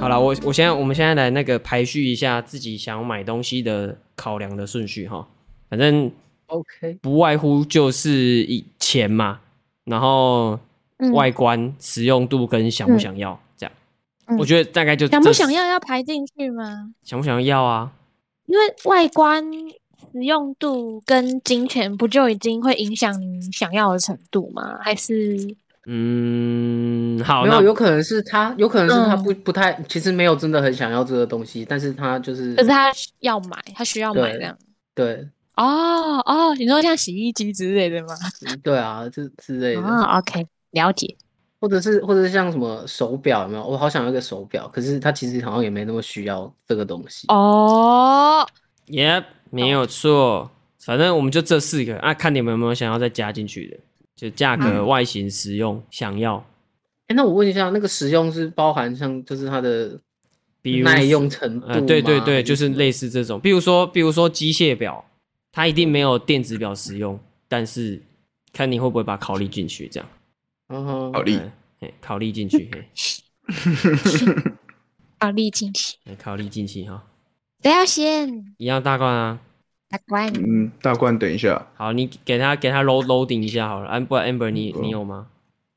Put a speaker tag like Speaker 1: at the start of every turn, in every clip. Speaker 1: 我我现在我们现在来那个排序一下自己想要买东西的考量的顺序哈，反正
Speaker 2: OK，
Speaker 1: 不外乎就是以钱嘛，然后
Speaker 3: 嗯
Speaker 1: 外观、实用度跟想不想要、这样。
Speaker 3: 嗯
Speaker 1: 我觉得大概就
Speaker 3: 想
Speaker 1: 这
Speaker 3: 不想
Speaker 1: 四
Speaker 3: 要要排进去吗？
Speaker 1: 想不想要啊？
Speaker 3: 因为外观、实用度跟金钱不就已经会影响你想要的程度吗？还是
Speaker 1: 嗯，好，
Speaker 2: 没有，
Speaker 1: 那
Speaker 2: 有可能是他，有可能是他
Speaker 3: 嗯
Speaker 2: 不不太，其实没有真的很想要这个东西，但是他就是
Speaker 3: 可是他要买，他需要买
Speaker 2: 对
Speaker 3: 这样？
Speaker 2: 对
Speaker 3: 哦哦，你说像洗衣机之类的吗？
Speaker 2: 对啊，这之类的，
Speaker 3: 啊、o k 了解。
Speaker 2: 或者是或者是像什么手表有没有？我好想要一个手表，可是他其实好像也没那么需要这个东西。
Speaker 3: 哦，
Speaker 1: 也没有错，反正我们就这四个啊，看你们有没有想要再加进去的，就价格、
Speaker 2: 嗯
Speaker 1: 外形、实用、想要，
Speaker 2: 哎，那我问一下，那个实用是包含像就是它的
Speaker 1: 比如
Speaker 2: 耐用程度吗、
Speaker 1: 呃，对对对，就是
Speaker 2: 类。
Speaker 1: 类似这种，比如说，比如说机械表，它一定没有电子表实用，但是看你会不会把考虑进去，这样，
Speaker 2: 嗯
Speaker 4: 好
Speaker 2: 哼，
Speaker 4: 力
Speaker 1: 嗯，嘿考虑进去，嘿
Speaker 3: 好，历尽期，
Speaker 1: 嘿，哎考虑进去哈，
Speaker 3: 不要先
Speaker 1: 一样大罐啊，
Speaker 3: 打关。
Speaker 4: 嗯，大冠，等一下，
Speaker 1: 好，你给他给他 load loading 一下好了，啊，不然 Amber 你你有吗？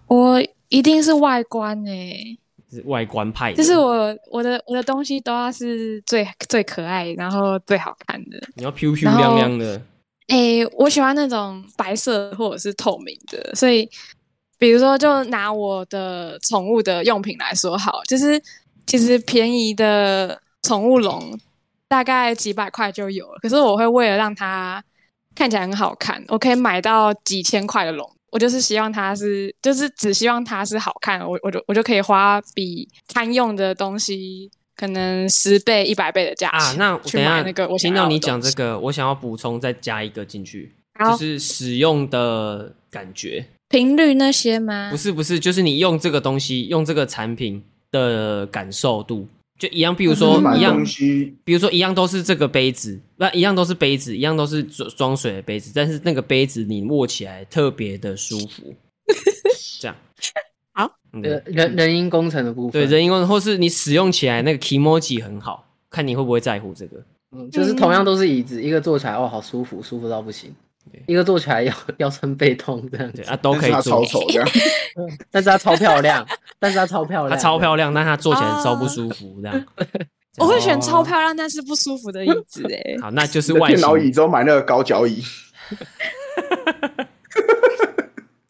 Speaker 3: 我一定是外观诶、
Speaker 1: 是外观派的，
Speaker 3: 就是我我的我的东西都要是最最可爱，然后最好看的。
Speaker 1: 你要 Q Q
Speaker 3: 然后
Speaker 1: 亮亮的，
Speaker 3: 诶、我喜欢那种白色或者是透明的，所以比如说，就拿我的宠物的用品来说好，就是其实便宜的宠物笼大概几百块就有了，可是我会为了让它看起来很好看，我可以买到几千块的笼。我就是希望它是，就是只希望它是好看，我我就我就可以花比堪用的东西可能十倍、一百倍的价
Speaker 1: 啊，
Speaker 3: 钱
Speaker 1: 那我
Speaker 3: 去
Speaker 1: 等一下
Speaker 3: 买那个我想
Speaker 1: 听
Speaker 3: 要
Speaker 1: 到
Speaker 3: 的
Speaker 1: 你
Speaker 3: 东
Speaker 1: 讲
Speaker 3: 西
Speaker 1: 这个，我想要补充再加一个进去，就
Speaker 3: 好
Speaker 1: 是使用的感觉。
Speaker 3: 频率那些吗？
Speaker 1: 不是不是，就是你用这个东西，用这个产品的感受度，就一样。比如
Speaker 4: 就是
Speaker 1: 说
Speaker 4: 买
Speaker 1: 一样
Speaker 4: 东，西，
Speaker 1: 比如说一样都是这个杯子，那一样都是杯子，一样都是装装水的杯子，但是那个杯子你握起来特别的舒服，这样。
Speaker 3: 好，
Speaker 2: 呃
Speaker 1: 对
Speaker 2: 人人因工程的部分，
Speaker 1: 嗯对，人因为或是你使用起来那个 k i m o j i 很好，看你会不会在乎这个。
Speaker 2: 嗯，就是同样都是椅子，一个坐起来哦，好舒服，舒服到不行
Speaker 1: 对；
Speaker 2: 一个坐起来腰腰酸背痛这样
Speaker 1: 对
Speaker 2: 子，
Speaker 1: 啊，都可以
Speaker 4: 但是它
Speaker 1: 做
Speaker 4: 超。 丑这样，
Speaker 2: 但是它超漂亮， 但是它超漂亮
Speaker 1: 它
Speaker 2: 的，
Speaker 1: 超漂亮，但它坐起来超不舒服，这样。
Speaker 3: 哦 我会选超
Speaker 4: 哦
Speaker 3: 漂亮但是不舒服的椅 子哎、
Speaker 1: 好，那就是
Speaker 4: 你的
Speaker 1: 外
Speaker 4: 电脑椅
Speaker 1: 形
Speaker 4: 之后买那个高脚椅，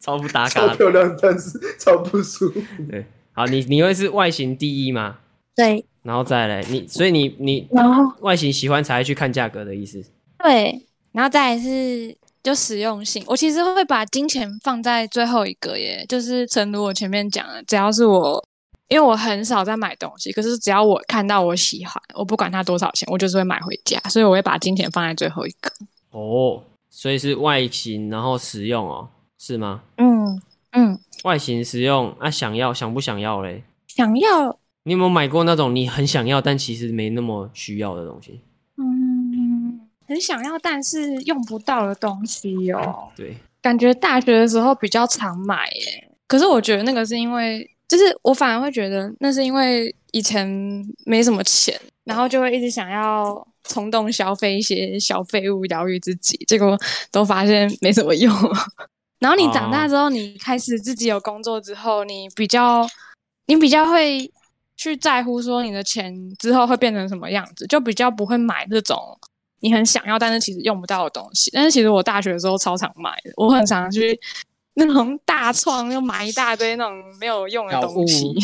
Speaker 1: 超不搭
Speaker 4: 超
Speaker 1: 嘎的。
Speaker 4: 漂亮，但是超不舒服。
Speaker 1: 对，好，你你会是外形第一嘛？
Speaker 3: 对，
Speaker 1: 然后再来你，所以你你
Speaker 3: 然后
Speaker 1: 外形喜欢才会去看价格的意思。
Speaker 3: 对，然后再来是就实用性。我其实会把金钱放在最后一个耶，就是诚如我前面讲的，只要是我，因为我很少在买东西，可是只要我看到我喜欢，我不管它多少钱，我就是会买回家，所以我会把金钱放在最后一个。
Speaker 1: 哦，所以是外形，然后实用哦，是吗？
Speaker 3: 嗯嗯，
Speaker 1: 外形实用啊，想要想不想要嘞？
Speaker 3: 想要
Speaker 1: 你有没有买过那种你很想要但其实没那么需要的东西？
Speaker 3: 嗯很想要，但是用不到的东西哦。
Speaker 1: 对，
Speaker 3: 感觉大学的时候比较常买耶，可是我觉得那个是因为，就是我反而会觉得那是因为以前没什么钱，然后就会一直想要冲动消费一些小废物疗愈自己，结果都发现没什么用。 然后你长大之后，你开始自己有工作之后，你比较，你比较会去在乎说你的钱之后会变成什么样子，就比较不会买这种你很想要但是其实用不到的东西。但是其实我大学的时候超常买的，我很常去那种大创又买一大堆那种没有用的东
Speaker 2: 小
Speaker 3: 西
Speaker 2: 物。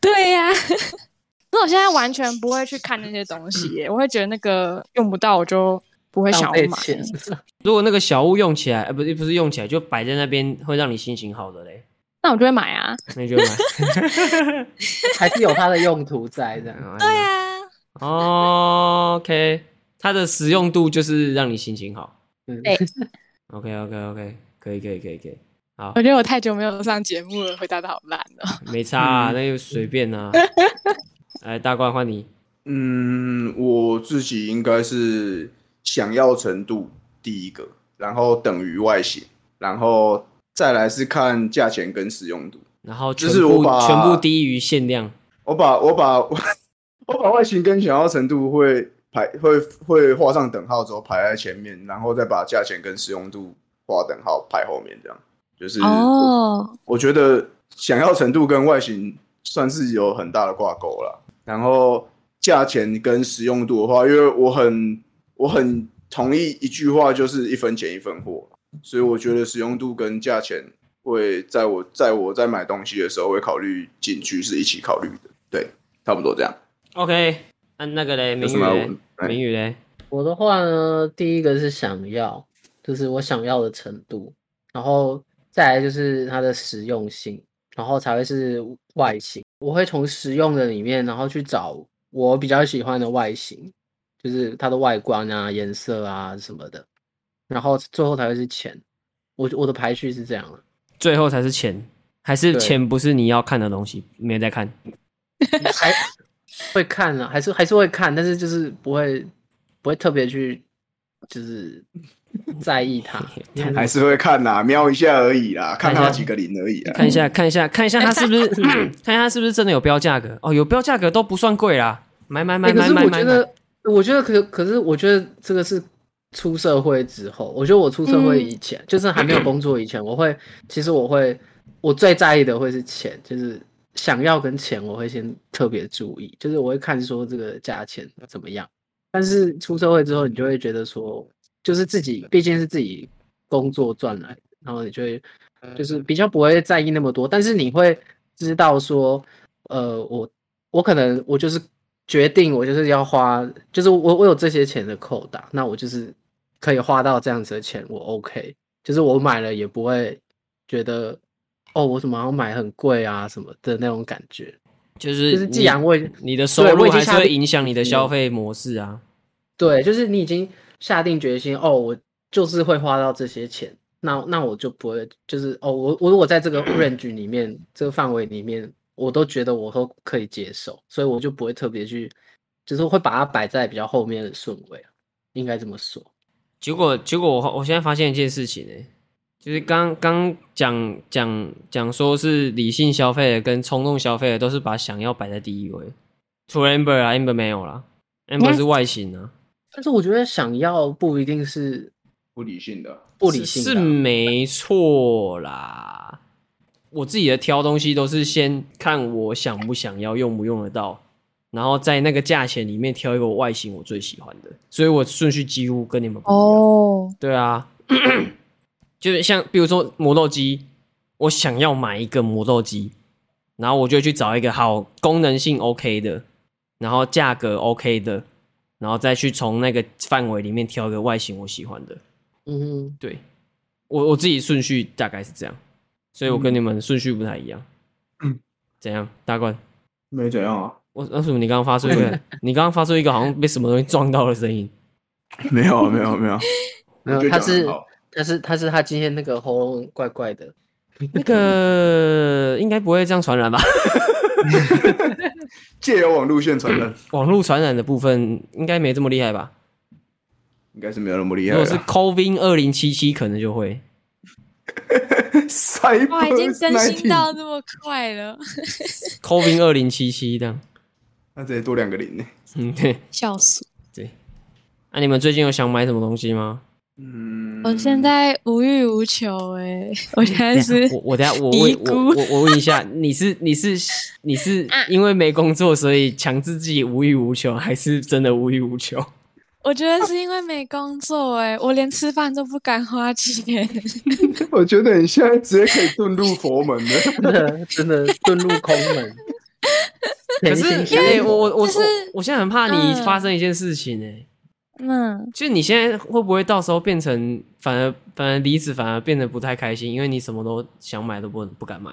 Speaker 3: 对呀、 那我现在完全不会去看那些东西耶，我会觉得那个用不到我就不会
Speaker 2: 嗯
Speaker 3: 想
Speaker 2: 浪
Speaker 3: 要
Speaker 2: 费
Speaker 3: 买。
Speaker 2: 钱，
Speaker 1: 如果那个小物用起来，呃，不是不是用起来，就摆在那边会让你心情好的嘞，
Speaker 3: 那我就会买啊。
Speaker 1: 那你就买。
Speaker 2: 还是有它的用途 在这样。
Speaker 1: 对
Speaker 3: 对啊，
Speaker 2: 嗯
Speaker 1: 哦，OK，它的实用度就是让你心情好。
Speaker 2: 嗯
Speaker 3: 对
Speaker 1: OK OK OK，可以可以可以可以，好
Speaker 3: 我，觉得我太久没有上节目了，回答的好烂哦。
Speaker 1: 没差、啊，
Speaker 4: 嗯
Speaker 1: 那就随便 啊。来，大冠换你，
Speaker 4: 嗯，我自己应该是想要程度第一个，然后等于外形，然后再来是看价钱跟使用度。
Speaker 1: 然后
Speaker 4: 就
Speaker 1: 全
Speaker 4: 是我
Speaker 1: 部
Speaker 4: 把
Speaker 1: 全部低于限量，
Speaker 4: 我把我把我我把外形跟想要程度会排会会画上等号之后排在前面，然后再把价钱跟使用度画等号排后面，这样
Speaker 2: 嗯
Speaker 4: 就是我
Speaker 3: 哦，
Speaker 4: 我觉得想要程度跟外形算是有很大的挂钩了。然后价钱跟实用度的话，因为我很我很同意一句话，就是一分钱一分货，所以我觉得实用度跟价钱会在我在我在买东西的时候会考虑进去，是一起考虑的。对，差不多这样。
Speaker 1: OK，那、那个嘞，
Speaker 4: 有
Speaker 1: 明
Speaker 4: 什
Speaker 1: 宇
Speaker 4: 么要
Speaker 1: 嘞
Speaker 4: 问，哎
Speaker 1: 明宇嘞，
Speaker 2: 我的话呢，第一个是想要，就是我想要的程度，然后再来就是它的实用性，然后才会是外形。我会从实用的里面，然后去找我比较喜欢的外形，就是它的外观啊、颜色啊什么的，然后最后才会是钱。我我的排序是这样的，啊
Speaker 1: 最后才是钱，还是
Speaker 2: 对
Speaker 1: 钱不是你要看的东西，没在看。
Speaker 2: 还会看啊，还是还是会看，但是就是不会不会特别去就是在意它，
Speaker 4: 还是会看啦，瞄一下而已啦，
Speaker 1: 看
Speaker 4: 看
Speaker 1: 一下
Speaker 4: 它几个零而已啦。
Speaker 1: 看一下，看一下，看一下它是不是， 看一下它是不是真的有标价格哦，有标价格都不算贵啦，买买买
Speaker 2: 欸可
Speaker 1: 买
Speaker 2: 是
Speaker 1: 买
Speaker 2: 我
Speaker 1: 买
Speaker 2: 觉
Speaker 1: 买。
Speaker 2: 得，我觉得可可是我觉得这个是出社会之后，我觉得我出社会以前，就是还没有工作以前，我会其实我会我最在意的会是钱，就是想要跟钱，我会先特别注意，就是我会看说这个价钱怎么样。但是出社会之后，你就会觉得说，就是自己毕竟是自己工作赚来的，然后你就会就是比较不会在意那么多，但是你会知道说，呃，我我可能我就是决定我就是要花，就是我我有这些钱的扣打，那我就是可以花到这样子的钱，我 OK，就是我买了也不会觉得哦，我怎么要买很贵啊什么的那种感觉，
Speaker 1: 就是
Speaker 2: 就是既
Speaker 1: 你
Speaker 2: 然我已
Speaker 1: 你的收
Speaker 2: 对我
Speaker 1: 入
Speaker 2: 已经
Speaker 1: 还是
Speaker 2: 下
Speaker 1: 会
Speaker 2: 定
Speaker 1: 影响你的
Speaker 2: 决心
Speaker 1: 消
Speaker 2: 了
Speaker 1: 费模式啊。
Speaker 2: 对，就是你已经下定决心，哦，我就是会花到这些钱，那那我就不会，就是哦，我我如果在这
Speaker 1: 嗯
Speaker 2: 个 range 里面，这个范围里面，我都觉得我都可以接受，所以我就不会特别去，就是会把它摆在比较后面的顺位，应该这么说。
Speaker 1: 结果结果我我现在发现一件事情呢、欸就是刚刚讲讲讲说是理性消费的跟冲动消费的都是把想要摆在第一位，除了 Amber 啊，Amber 没有啦，Amber 是外形啊，
Speaker 2: 但是我觉得想要不一定是
Speaker 4: 不理性的，
Speaker 2: 不理
Speaker 1: 是
Speaker 2: 性
Speaker 1: 是
Speaker 2: 的啊，
Speaker 1: 没错啦。我自己的挑东西都是先看我想不想要，用不用得到，然后在那个价钱里面挑一个我外形我最喜欢的，所以我顺序几乎跟你们不一样。
Speaker 3: 哦，
Speaker 1: 对啊， 就是像比如说磨豆机，我想要买一个磨豆机，然后我就去找一个好功能性 OK 的，然后价格 OK 的，然后再去从那个范围里面挑一个外形我喜欢的。
Speaker 2: 嗯哼，
Speaker 1: 对我我自己顺序大概是这样，所以我跟你们顺序不太一样。
Speaker 4: 嗯
Speaker 1: 怎样，大冠？
Speaker 4: 没怎样啊，
Speaker 1: 我为什么你刚刚发出一个，你刚刚发出一个好像被什么东西撞到的声音？
Speaker 4: 没有啊没有啊没有啊，
Speaker 2: 没有
Speaker 4: 我觉得
Speaker 2: 他
Speaker 4: 讲得
Speaker 2: 是
Speaker 4: 很好
Speaker 2: 但是他是他今天那个喉咙怪怪 的，
Speaker 1: 那个应该不会这样传染吧？
Speaker 4: 借由网路线传人，
Speaker 1: 网络传染的部分应该没这么厉害吧？
Speaker 4: 应该是没有那么厉
Speaker 1: 如
Speaker 4: 害啊
Speaker 1: 果是
Speaker 4: 啦。
Speaker 1: COVID 二零七七，可能就会。
Speaker 4: 塞
Speaker 3: 哇，已经更新到这么快了，
Speaker 1: COVID 二零七七这样。
Speaker 4: 那直接多两个零呢。
Speaker 1: 嗯，对。
Speaker 3: 笑死！
Speaker 1: 那、你们最近有想买什么东西吗？
Speaker 4: 嗯
Speaker 3: 我现在无欲无求哎、我 现在是
Speaker 1: 我我等下我
Speaker 3: 低
Speaker 1: 问
Speaker 3: 估
Speaker 1: 我我我问一下，你是你是你是
Speaker 3: 啊
Speaker 1: 因为没工作所以强制自己无欲无求，还是真的无欲无求？
Speaker 3: 我觉得是因为没工作哎、我连吃饭都不敢花钱。
Speaker 4: 我觉得你现在直接可以遁入佛门 了。
Speaker 2: 真的真的遁入空 门。
Speaker 1: 可是
Speaker 2: 甜心
Speaker 1: 哎、
Speaker 2: 想
Speaker 1: 我我我
Speaker 3: 就是
Speaker 1: 我我现在很怕你
Speaker 3: 嗯
Speaker 1: 发生一件事情哎、
Speaker 3: 嗯，
Speaker 1: 就是你现在会不会到时候变成反而反而离职，反而变得不太开心，因为你什么都想买都不不敢买，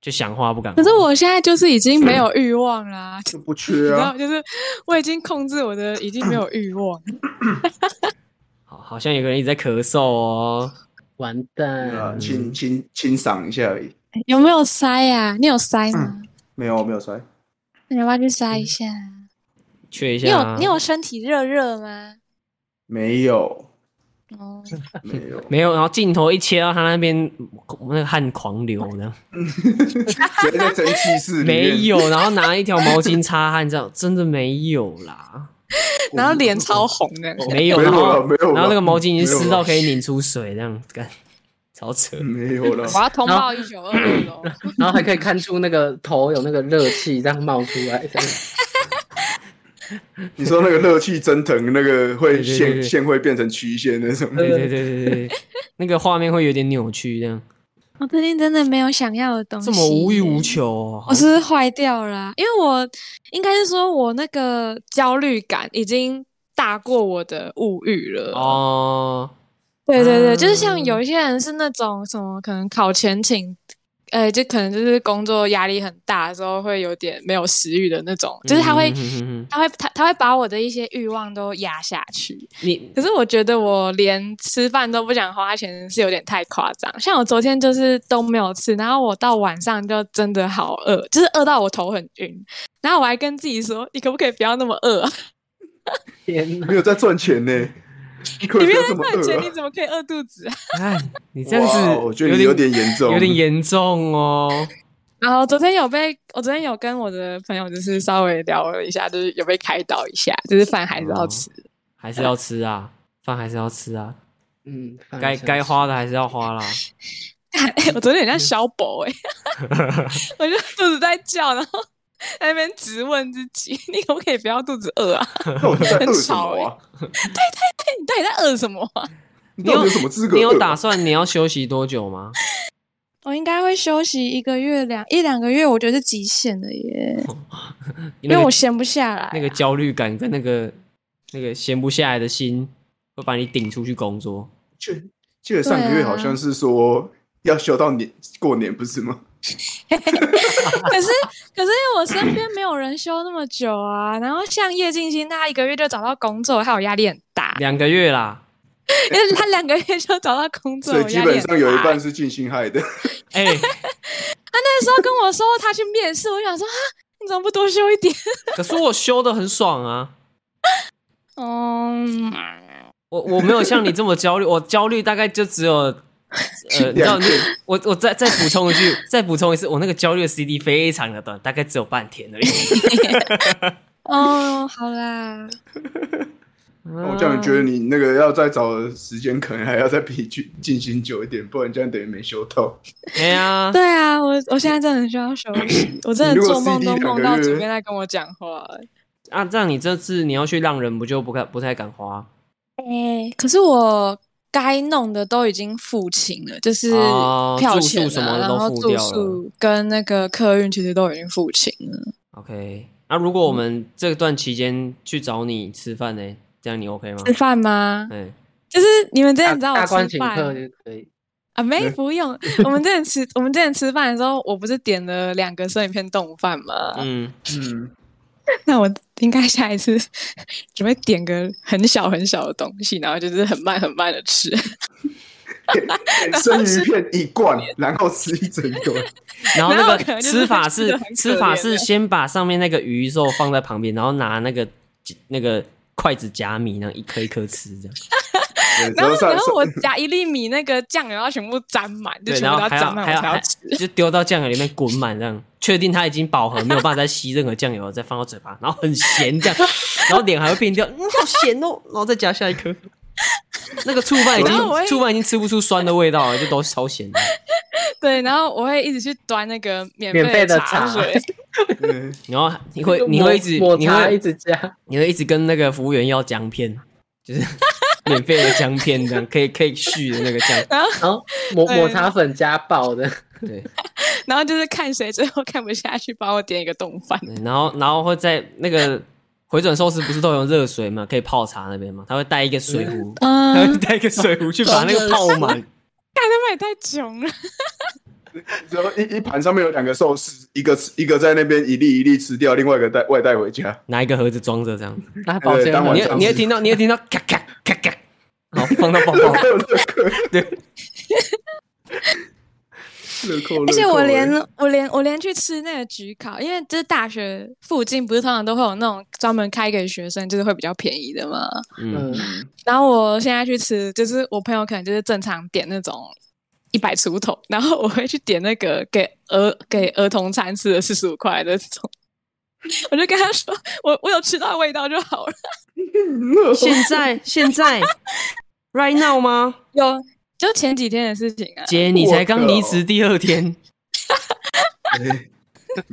Speaker 1: 就想花不敢花。
Speaker 3: 可是我现在就是已经没有欲望啦、
Speaker 4: 就不缺
Speaker 3: 然
Speaker 4: 啊
Speaker 3: 后，就是我已经控制我的，已经没有欲望。
Speaker 1: 好，好像有个人一直在咳嗽哦。
Speaker 2: 完
Speaker 4: 对啊
Speaker 2: 蛋，
Speaker 1: 嗯
Speaker 4: 清清清赏一下而已，
Speaker 3: 有没有塞呀、啊？你有塞吗？
Speaker 4: 没有没有塞，
Speaker 3: 那你要不要去塞一下？
Speaker 1: 嗯确一
Speaker 3: 你
Speaker 1: 下啊，
Speaker 3: 有你有身体热热吗？
Speaker 4: 没有
Speaker 3: 哦，
Speaker 4: 没有，
Speaker 1: 没有，然后镜头一切到他那边，那个汗狂流这样，
Speaker 4: 直接在蒸汽 室里面
Speaker 1: 没，有，然后拿一条毛巾擦汗，这样真的没有 啦，
Speaker 3: 然后脸超红的，
Speaker 1: 没有，
Speaker 4: 没
Speaker 1: 然
Speaker 4: 有
Speaker 1: 后
Speaker 4: 了没有了
Speaker 1: 然后那个毛巾已经
Speaker 4: 没有
Speaker 1: 湿
Speaker 4: 了
Speaker 1: 到可以拧出水这样，干超扯，
Speaker 4: 没有了，
Speaker 3: 我要通报一九二二喽。
Speaker 2: 然后还可以看出那个头有那个热气这样冒出来，这样
Speaker 4: 你说那个热气蒸腾，那个会
Speaker 1: 对对对对
Speaker 4: 线线会变成曲线那种，
Speaker 1: 对对对对对，那个画面会有点扭曲这样，
Speaker 3: 我最近真的没有想要的东西，
Speaker 1: 这么无欲无。求、哦，
Speaker 3: 我是不是坏掉了啊、因为我应该是说我那个焦虑感已经大过我的物欲了。
Speaker 1: 哦，
Speaker 3: 对对对，就是
Speaker 1: 啊
Speaker 3: 像有一些人是那种什么，可能考前请，呃，就可能就是工作压力很大的时候，会有点没有食欲的那种，就是他会，
Speaker 1: 嗯嗯嗯嗯嗯
Speaker 3: 他会，他他会把我的一些欲望都压下去。
Speaker 1: 你
Speaker 3: 可是我觉得我连吃饭都不想花钱是有点太夸张。像我昨天就是都没有吃，然后我到晚上就真的好饿，就是饿到我头很晕，然后我还跟自己说，你可不可以不要那么饿啊？
Speaker 2: 天哪！
Speaker 4: 没有在赚钱呢，你可
Speaker 3: 你
Speaker 4: 能
Speaker 3: 没有
Speaker 4: 不要这
Speaker 3: 在
Speaker 4: 么
Speaker 3: 赚钱，
Speaker 4: 饿
Speaker 3: 你
Speaker 4: 啊。
Speaker 3: 怎么可以饿肚子啊？
Speaker 1: 看哎你这样子
Speaker 4: 哇，我觉得你有点严重，
Speaker 1: 有 点严重哦。
Speaker 3: 然后昨天有被，我昨天有跟我的朋友就是稍微聊了一下，就是有被开导一下，就是饭还是要吃。
Speaker 1: 还是要吃啊，饭还是要吃啊，
Speaker 2: 嗯，
Speaker 3: 哎
Speaker 1: 该该花的还是要花 啦。
Speaker 4: 嗯
Speaker 3: 我昨天很像小宝哎、我就肚子在叫，然后在那边质问自己，你可不可以不要肚子饿啊？
Speaker 4: 那我在饿什
Speaker 3: 很
Speaker 4: 么
Speaker 3: 吵
Speaker 4: 啊？
Speaker 3: 你到底在饿什么啊、
Speaker 4: 你
Speaker 1: 你
Speaker 4: 到底
Speaker 1: 有
Speaker 4: 有什么资格饿？
Speaker 1: 你有打算你要休息多久吗？
Speaker 3: 我应该会休息一个月两一两个月，我觉得是极限了耶，因为
Speaker 1: 那
Speaker 3: 我
Speaker 1: 个
Speaker 3: 闲不下来啊、
Speaker 1: 那个焦虑感跟那个那个闲不下来的心，会把你顶出去工作。
Speaker 4: 记记得上个
Speaker 3: 啊
Speaker 4: 月好像是说要休到年过年不是吗？
Speaker 3: 可是可是因为我身边没有人休那么久啊，然后像叶静心，他一个月就找到工作，还有压力很大，
Speaker 1: 两个月啦，
Speaker 3: 因为他两个月就找到工作，
Speaker 4: 所以基
Speaker 3: 啊压力
Speaker 4: 本
Speaker 3: 很
Speaker 4: 上有一
Speaker 3: 大
Speaker 4: 半是静心害的。
Speaker 1: 哎、
Speaker 3: 那时候跟我说他去面试，我想说啊，你怎么不多休一点？
Speaker 1: 可是我休的很爽啊，
Speaker 3: 嗯，
Speaker 1: 我我没有像你这么焦虑，我焦虑大概就只有，呃，你知道，
Speaker 4: 两
Speaker 1: 你我我再再补充一句，再补充一次，我那个焦虑的 CD 非常的短，大概只有半天而 已。
Speaker 3: 哦，好啦，
Speaker 1: 嗯
Speaker 4: 我哦这样觉得你那个要再找的时间，可能还要再比去静心久一点，不然这样等于没休到。
Speaker 1: 哎呀，
Speaker 3: 对啊，我我现在真的很需要休息，我真的做梦都梦到主编在跟我讲话。
Speaker 1: 啊，这样你这次你要去浪人，不就不敢不太敢花？
Speaker 3: 哎、可是我该弄的都已经付清了，就是
Speaker 1: 哦
Speaker 3: 票
Speaker 1: 住宿
Speaker 3: 钱、啊
Speaker 1: 什么的
Speaker 3: 然
Speaker 1: 都
Speaker 3: 后
Speaker 1: 付
Speaker 3: 住
Speaker 1: 掉了
Speaker 3: 宿跟那个客运其实都已经付清了。
Speaker 1: OK，那、如果我们这段期间去找你吃饭呢，这样你 OK 吗？
Speaker 3: 吃饭吗？
Speaker 1: 嗯，
Speaker 3: 就是你们之前
Speaker 2: 大
Speaker 3: 知道我
Speaker 2: 大
Speaker 3: 吃饭
Speaker 2: 官请客就可以。
Speaker 3: 啊，没不用。我们之前吃，我们之前吃饭的时候，我不是点了两个生鱼片冻饭吗？
Speaker 1: 嗯，
Speaker 4: 嗯，
Speaker 3: 那我应该下一次 准备点个很小很小的东西，然后就是很慢很慢的吃。
Speaker 4: 生鱼片一罐，然后吃一整顿。
Speaker 1: 然后那
Speaker 3: 然后可
Speaker 1: 个
Speaker 3: 能就是
Speaker 1: 吃法
Speaker 3: 吃
Speaker 1: 是
Speaker 3: 得很可
Speaker 1: 吃法
Speaker 3: 怜
Speaker 1: 是
Speaker 3: 的
Speaker 1: 先把上面那个鱼肉放在旁边，然后拿那个那个筷子夹米，然后一颗一颗吃这样。
Speaker 4: 对
Speaker 3: 然后，
Speaker 4: 上
Speaker 3: 然后我夹一粒米，那个酱油要全部沾满，就
Speaker 1: 对，
Speaker 3: 全
Speaker 1: 然
Speaker 3: 部
Speaker 1: 后
Speaker 3: 都
Speaker 1: 还
Speaker 3: 要
Speaker 1: 要
Speaker 3: 沾满
Speaker 1: 还
Speaker 3: 我
Speaker 1: 要
Speaker 3: 才要
Speaker 1: 还
Speaker 3: 吃。
Speaker 1: 就丢到酱油里面滚满，这样确定它已经饱和，没有办法再吸任何酱油，再放到嘴巴，然后很咸这样，然后脸还会变掉，嗯，好咸哦，然后再夹下一颗。那个醋饭已
Speaker 3: 然后我
Speaker 1: 经
Speaker 3: 会
Speaker 1: 醋饭已经吃不出酸的味道了，就都超咸的。
Speaker 3: 对，然后我会一直去端那个免
Speaker 2: 免费
Speaker 3: 费
Speaker 2: 的
Speaker 3: 茶
Speaker 2: 茶
Speaker 3: 水，
Speaker 4: 嗯
Speaker 1: 然后你会
Speaker 2: 就
Speaker 1: 你
Speaker 2: 抹
Speaker 1: 会一直
Speaker 2: 抹
Speaker 1: 你
Speaker 2: 茶一
Speaker 1: 会
Speaker 2: 直加，
Speaker 1: 你会一直跟那个服务员要姜片，就是 免费的姜片这样，可以可以续的那个姜。
Speaker 2: 然后抹
Speaker 3: 对
Speaker 2: 抹茶粉加爆的，
Speaker 1: 对，
Speaker 3: 然后就是看谁最后看不下去，帮我点一个冻 饭。
Speaker 1: 对然后然后会在那个回转寿司不是都有热水嘛，可以泡茶那边嘛，他会带一个水壶，
Speaker 3: 嗯，
Speaker 1: 他
Speaker 3: 看
Speaker 1: 会带一个水壶去把那个泡满。
Speaker 3: 他们也太穷了。
Speaker 4: 然后一一盘上面有两个寿司，一个吃一个在那边一粒一粒吃掉，另外一个带外带回家。
Speaker 1: 拿一个盒子装着这样，
Speaker 2: 拿保
Speaker 4: 对
Speaker 2: 鲜
Speaker 4: 当晚
Speaker 1: 你
Speaker 2: 盒
Speaker 1: 也
Speaker 4: 上
Speaker 1: 你也
Speaker 4: 是
Speaker 1: 听到，你也听到咔咔咔咔，然后放到包包。
Speaker 4: 还有这个，乐扣，哎
Speaker 3: 而且我连
Speaker 4: 乐扣
Speaker 3: 我连我连去吃那个焗烤，因为就是大学附近不是通常都会有那种专门开给学生，就是会比较便宜的嘛。
Speaker 1: 嗯，
Speaker 2: 嗯，
Speaker 3: 然后我现在去吃，就是我朋友可能就是正常点那种一百出头，然后我会去点那个给儿给儿童餐吃的四十五块的那种。我就跟他说，我我有吃到味道就好了。
Speaker 1: 现在现 在 right now 吗？
Speaker 3: 有，就前几天的事情啊。
Speaker 1: 姐，你才刚离职第二天，
Speaker 4: 嗯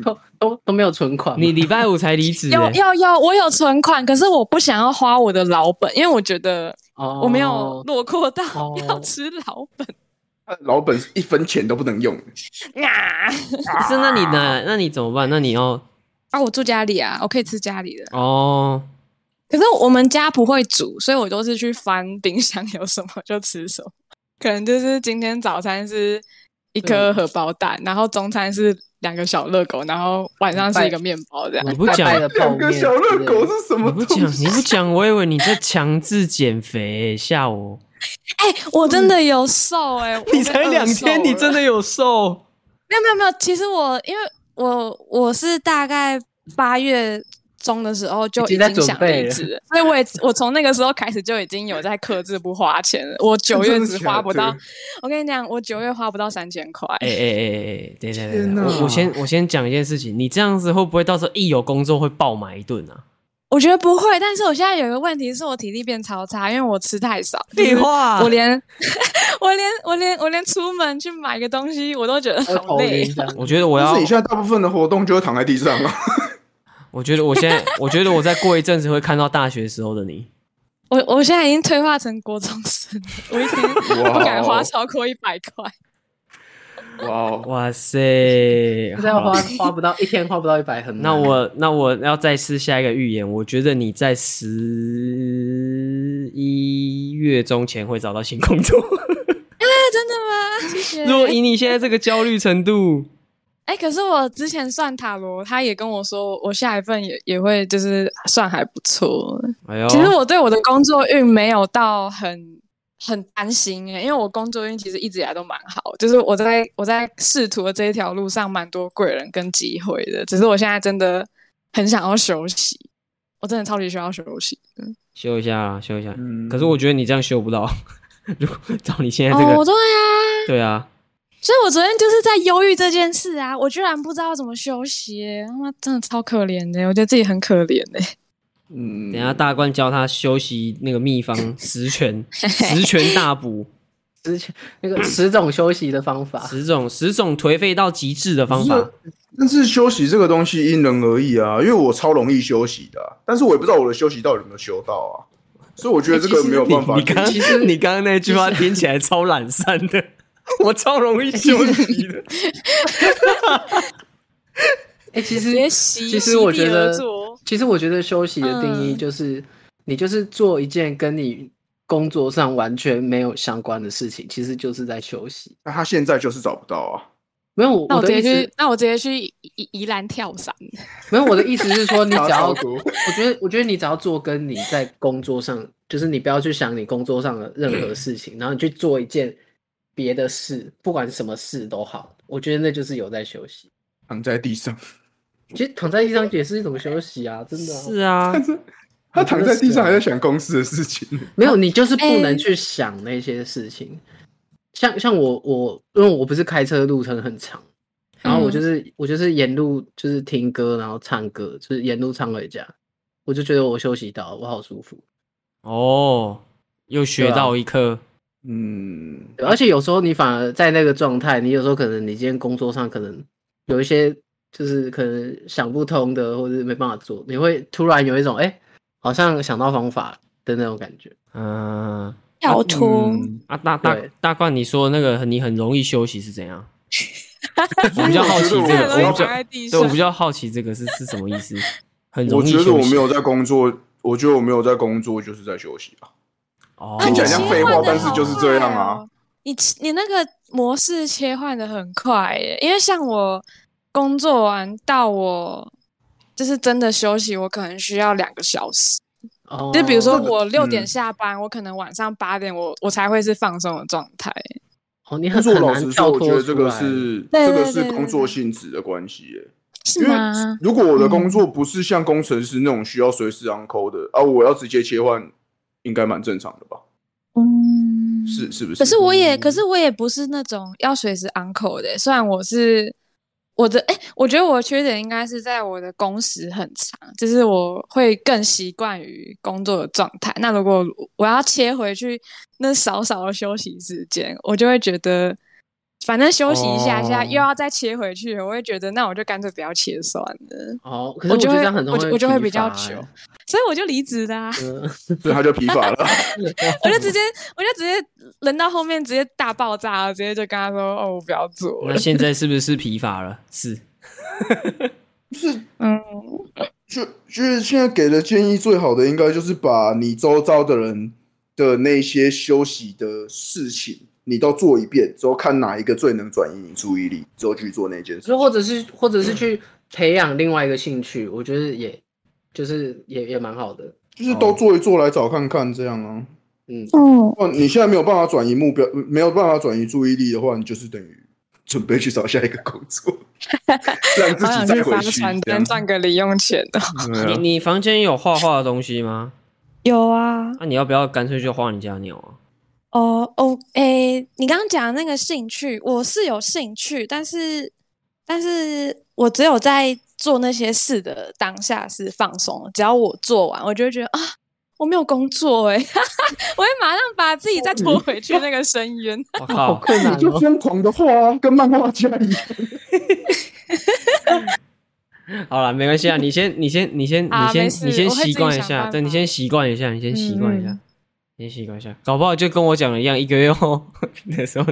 Speaker 2: 都都都没有存款吗，
Speaker 1: 你礼拜五才离职、
Speaker 3: 有
Speaker 1: 欸，
Speaker 3: 有有，我有存款，可是我不想要花我的老本，因为我觉得
Speaker 2: 哦，
Speaker 3: 我没有落魄到
Speaker 2: 哦
Speaker 3: 要吃老本
Speaker 4: 他哎老本是一分钱都不能用，
Speaker 3: 啊！
Speaker 1: 不是？那你呢？那你怎么办？那你要
Speaker 3: 啊，我住家里啊，我可以吃家里的。
Speaker 1: 哦，
Speaker 3: 可是我们家不会煮，所以我都是去翻冰箱有什么就吃什么。可能就是今天早餐是一颗荷包蛋，然后中餐是两个小热狗，然后晚上是一个面包这样。
Speaker 1: 你不
Speaker 2: 拜
Speaker 1: 讲
Speaker 2: 拜，的泡
Speaker 4: 两
Speaker 2: 面
Speaker 4: 个小热狗是什
Speaker 1: 你
Speaker 4: 么
Speaker 1: 不
Speaker 4: 东
Speaker 1: 讲，
Speaker 4: 西
Speaker 1: 你？不讲，我以为你在强制减肥、欸，吓我！
Speaker 3: 哎、我真的有瘦哎、我
Speaker 1: 你才
Speaker 3: 被
Speaker 1: 两
Speaker 3: 饿瘦
Speaker 1: 天，你真
Speaker 3: 了
Speaker 1: 的有瘦？
Speaker 3: 没有没有没有，其实我因为我我是大概八月中的时候就
Speaker 2: 已
Speaker 3: 已
Speaker 2: 经在
Speaker 3: 经想
Speaker 2: 准备
Speaker 3: 离
Speaker 2: 了
Speaker 3: 职了，所以我也我从那个时候开始就已经有在克制不花钱了。我九月
Speaker 4: 真的
Speaker 3: 只
Speaker 4: 假
Speaker 3: 花不到
Speaker 4: 的，
Speaker 3: 我跟你讲，我九月花不到三千块。
Speaker 1: 哎哎哎哎哎，等一下等一
Speaker 4: 天
Speaker 1: 下，
Speaker 4: 哪
Speaker 1: 我我先我先讲一件事情，你这样子会不会到时候一有工作会爆买一顿啊？
Speaker 3: 我觉得不会，但是我现在有一个问题是我体力变超差，因为我吃太少。
Speaker 1: 废话，
Speaker 3: 我连 我连我连我连出门去买个东西，我都觉得
Speaker 2: 我
Speaker 3: 好
Speaker 2: 头
Speaker 3: 累
Speaker 2: 晕。这样
Speaker 1: 我觉得我
Speaker 4: 不
Speaker 1: 要
Speaker 4: 是，你现在大部分的活动就会躺在地上啊。
Speaker 1: 我觉得我现在，我觉得我再过一阵子会看到大学时候的你。
Speaker 3: 我我现在已经退化成国中生了，我一天不敢
Speaker 4: 哇
Speaker 3: 花
Speaker 4: 哦
Speaker 3: 超过一百块。
Speaker 4: 哇哦，
Speaker 1: 哇塞！
Speaker 2: 现在
Speaker 1: 好
Speaker 2: 花
Speaker 1: 了
Speaker 2: 花不到一天，花不到一百，很难
Speaker 1: 那我那我要再试下一个预言，我觉得你在十一月中前会找到新工作。
Speaker 3: 啊真的 吗？谢谢。
Speaker 1: 如果以你现在这个焦虑程度，
Speaker 3: 哎、可是我之前算塔罗，他也跟我说，我下一份也也会就是算还不错。
Speaker 1: 哎
Speaker 2: 哦
Speaker 1: 呦，
Speaker 3: 其实我对我的工作运没有到很很担心哎、因为我工作运其实一直以来都蛮好，就是我在我在仕途的这一条路上蛮多贵人跟机会的，只是我现在真的很想要休息，我真的超级需要休息。
Speaker 1: 修一下啦，修一下。
Speaker 4: 嗯
Speaker 1: 可是我觉得你这样修不到。 如果照你
Speaker 2: 哎
Speaker 1: 现在这
Speaker 3: 哦，
Speaker 1: 个，
Speaker 3: 对啊，
Speaker 1: 对啊，
Speaker 3: 所以我昨天就是在忧郁这件事啊，我居然不知道怎么休息、欸，他妈真的超可怜的、我觉得自己很可怜欸的、
Speaker 4: 嗯，
Speaker 1: 等一下大冠教他休息那个秘方十 全，十全大补，
Speaker 2: 之前那个十种休息的方法，
Speaker 1: 十种十种颓废到极致的方法。
Speaker 4: 但是休息这个东西因人而异啊，因为我超容易休息的啊、但是我也不知道我的休息到底有没有休到啊，所以我觉得这个没有办法。
Speaker 1: 你你刚
Speaker 2: 其实
Speaker 1: 你刚刚那句话听起来超懒散的，我超容易休息的。
Speaker 2: 哎，其
Speaker 3: 直
Speaker 2: 实
Speaker 3: 接席
Speaker 2: 其
Speaker 3: 席
Speaker 2: 实我
Speaker 3: 地
Speaker 2: 觉
Speaker 3: 而
Speaker 2: 得
Speaker 3: 坐，
Speaker 2: 其实我觉得休息的定义
Speaker 3: 嗯
Speaker 2: 就是，你就是做一件跟你工作上完全没有相关的事情，其实就是在休息。
Speaker 4: 那他现在就是找不到啊，
Speaker 2: 没有，我
Speaker 3: 那我
Speaker 2: 的
Speaker 3: 直
Speaker 2: 意
Speaker 3: 接去
Speaker 2: 思，
Speaker 3: 那我直接去宜宜兰跳伞。
Speaker 2: 没有我的意思是 说，你只
Speaker 4: 差
Speaker 2: 要，
Speaker 4: 超
Speaker 2: 我
Speaker 4: 多。
Speaker 2: 觉得，我觉得你只要做跟你在工作上，就是你不要去想你工作上的任何事情，然后你去做一件别的事，不管什么事都好，我觉得那就是有在休息。
Speaker 4: 躺在地上，
Speaker 2: 其实躺在地上也是一种休息啊，真的 啊、
Speaker 1: 是啊，
Speaker 4: 他躺在地上还在想公司的事情。
Speaker 2: 没有，你就是不
Speaker 3: 哎
Speaker 2: 能去想那些事情。像像我我，因为我不是开车路程很长，然
Speaker 4: 嗯
Speaker 2: 后我就是、我就是沿路就是听歌，然后唱歌，就是沿路唱回家。我就觉得我休息到，我好舒服。
Speaker 1: 哦，又学到一课。
Speaker 4: 嗯，
Speaker 2: 对而且有时候你反而在那个状态，你有时候可能你今天工作上可能有一些就是可能想不通的，或者是没办法做，你会突然有一种哎、好像想到方法的那种感觉。
Speaker 1: 嗯，
Speaker 3: 跳脱，
Speaker 4: 嗯
Speaker 1: 啊，大大
Speaker 2: 对
Speaker 1: 大冠，你说的那个你很容易休息是怎样？我比较好奇这
Speaker 4: 我觉
Speaker 1: 个，
Speaker 4: 得我
Speaker 1: 我
Speaker 4: 要
Speaker 1: 比较
Speaker 3: 躺在
Speaker 1: 对，
Speaker 3: 地上
Speaker 1: 我比较好奇这个是是什么意思？很
Speaker 4: 我
Speaker 1: 容易
Speaker 4: 觉
Speaker 1: 休息。
Speaker 4: 得我没有在工作，我觉得我没有在工作，就是在休息啊。
Speaker 1: 哦，
Speaker 4: 听起来像废话
Speaker 3: 切换得
Speaker 4: 但是就是这样啊
Speaker 3: 好快哦。你你那个模式切换的很快耶，因为像我工作完到我就是真的休息，我可能需要两个小时。
Speaker 2: 哦，
Speaker 3: 就比如说
Speaker 4: 这个
Speaker 3: 我六点
Speaker 4: 嗯
Speaker 3: 下班，我可能晚上八点我我才会是放松的状态。
Speaker 2: 哦，你
Speaker 4: 但
Speaker 2: 很
Speaker 4: 是我
Speaker 2: 很
Speaker 4: 老
Speaker 2: 难
Speaker 4: 实说，
Speaker 2: 跳
Speaker 4: 我觉
Speaker 2: 脱
Speaker 4: 得这
Speaker 2: 出
Speaker 4: 个
Speaker 2: 来。
Speaker 4: 是
Speaker 3: 对
Speaker 4: 这个
Speaker 3: 对
Speaker 4: 是
Speaker 3: 对
Speaker 4: 工
Speaker 3: 对
Speaker 4: 作性质的关系耶。
Speaker 3: 是
Speaker 4: 因为
Speaker 3: 吗？
Speaker 4: 如果我的工
Speaker 3: 嗯
Speaker 4: 作不是像工程师那种需要随时 on call 的啊，我要直接切换，应该蛮正常的吧？
Speaker 3: 嗯，
Speaker 4: 是是不是？
Speaker 3: 可是我也，可
Speaker 4: 嗯
Speaker 3: 是我也不是那种要随时 on call 的欸。虽然我是我的，哎、我觉得我的缺点应该是在我的工时很长，就是我会更习惯于工作的状态。那如果我要切回去那少少的休息时间，我就会觉得，反正休息一下下、
Speaker 4: 哦
Speaker 3: 又要再切回去，我会觉得那我就干脆不要切算了。
Speaker 2: 哦，可是
Speaker 3: 我
Speaker 2: 觉
Speaker 3: 就
Speaker 2: 得
Speaker 3: 会
Speaker 2: 这样很容
Speaker 3: 我就
Speaker 2: 易
Speaker 3: 我就会
Speaker 2: 疲
Speaker 3: 比较
Speaker 2: 乏欸
Speaker 3: 久。所以我就离职啦、
Speaker 2: 嗯
Speaker 4: 所以他就疲乏了。
Speaker 3: 我就直接，我就直接轮到后面直接大爆炸了，直接就跟他说：“哦，我不要做
Speaker 1: 那
Speaker 3: 了。
Speaker 1: 现在是不是疲乏了？是，
Speaker 3: 嗯，
Speaker 4: 就就是现在给的建议最好的，应该就是把你周遭的人的那些休息的事情，你都做一遍之后，看哪一个最能转移你注意力，之后去做那件事。
Speaker 2: 就或者是或者是去培养另外一个兴趣，我觉得也就是也也蛮好的。
Speaker 4: 就是都做一做来找看看，这样啊。
Speaker 2: 嗯，
Speaker 3: 哦，
Speaker 4: 哦，你现在没有办法转移目标，没有办法转移注意力的话，你就是等于准备去找下一个工作，让自
Speaker 3: 好想
Speaker 4: 己
Speaker 3: 去
Speaker 4: 再
Speaker 3: 发
Speaker 4: 回去。
Speaker 3: 传
Speaker 4: 这
Speaker 3: 单
Speaker 4: 样
Speaker 3: 赚个零用钱的。
Speaker 4: 对啊
Speaker 1: 你你房间有画画的东西吗？
Speaker 3: 有啊，
Speaker 1: 那、你要不要干脆就画你家鸟啊？
Speaker 3: 哦哦，诶，你刚刚讲的那个兴趣，我是有兴趣，但是但是我只有在做那些事的当下是放松的，只要我做完，我就会觉得啊，我没有工作哎、 我会马上把自己再拖回去那个深渊。
Speaker 1: 我 靠，
Speaker 2: 好困难
Speaker 4: 你就
Speaker 2: 哦。
Speaker 4: 疯狂的画啊，跟漫画家一样。
Speaker 1: 好了，没关系啊，你先你先你先
Speaker 3: 啊
Speaker 1: 你先
Speaker 3: 没事
Speaker 1: 你先习惯一
Speaker 3: 我会自己想办
Speaker 1: 下，
Speaker 3: 法
Speaker 1: 对，你先习惯一下，你先习惯一下
Speaker 3: 嗯嗯，
Speaker 1: 你先习惯一下，搞不好就跟我讲的一样，一个月后的时候，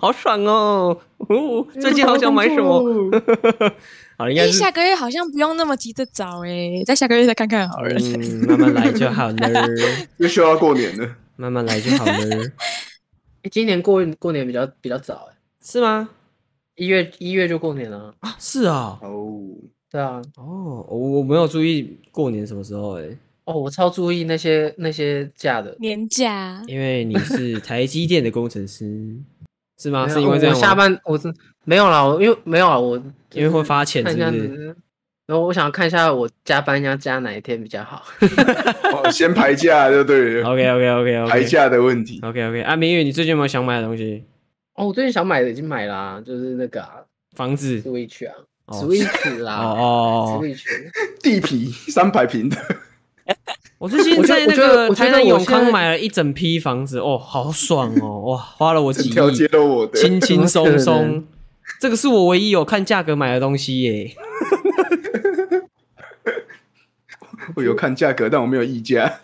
Speaker 1: 好爽哦，哦最近好想买什
Speaker 4: 嗯
Speaker 1: 么，好了，应该
Speaker 3: 诶
Speaker 1: 是
Speaker 3: 下个月好像不用那么急着找诶、在下个月再看看好了。
Speaker 1: 嗯，慢慢来就好了，
Speaker 4: 又需要过年了。
Speaker 1: 慢慢来就好了，
Speaker 2: 诶欸今年过过年比较比较早，哎，
Speaker 1: 是吗？
Speaker 2: 一月一月就过年了啊。
Speaker 1: 啊，是啊、
Speaker 4: 哦，
Speaker 2: 对啊，
Speaker 1: 哦，我我没有注意过年什么时候哎、
Speaker 2: 哦，我超注意那些那些假的。
Speaker 3: 年假，
Speaker 1: 因为你是台积电的工程师，是吗？
Speaker 2: 没有
Speaker 1: 啊是因为这样
Speaker 2: 我
Speaker 1: 吗？
Speaker 2: 下班我是没有啦，我因为没有啦，啊我
Speaker 1: 因为会发钱，
Speaker 2: 看
Speaker 1: 是
Speaker 2: 一下
Speaker 1: 不
Speaker 2: 你
Speaker 1: 是？
Speaker 2: 的。然后我想看一下我加班要加哪一天比较好。
Speaker 4: 哦先排假 就对了，
Speaker 1: OK OK OK OK，
Speaker 4: 排假的问题。
Speaker 1: OK OK，啊，明宇，你最近有没有想买的东西？
Speaker 2: 哦，我最近想买的已经买啦、就是那个、啊、
Speaker 1: 房子？
Speaker 2: Switch 啊、
Speaker 1: 哦
Speaker 2: s w i t c h
Speaker 1: 哦
Speaker 2: 啦、
Speaker 1: 哦哦！
Speaker 2: Switch。
Speaker 4: 地皮三百平的，
Speaker 1: 我最近
Speaker 2: 我觉
Speaker 1: 在
Speaker 2: 得
Speaker 1: 那个
Speaker 2: 我觉
Speaker 1: 台
Speaker 2: 得
Speaker 1: 南
Speaker 2: 我
Speaker 1: 永
Speaker 2: 现在
Speaker 1: 康买了一整批房子，哦，好爽哦！哇，花了我
Speaker 4: 整
Speaker 1: 几
Speaker 4: 条街
Speaker 1: 亿，
Speaker 4: 都我的。
Speaker 1: 轻轻松
Speaker 2: 怎么可
Speaker 1: 松
Speaker 2: 能。
Speaker 1: 这个是我唯一有看价格买的东西耶。
Speaker 4: 我有看价格，但我没有溢价，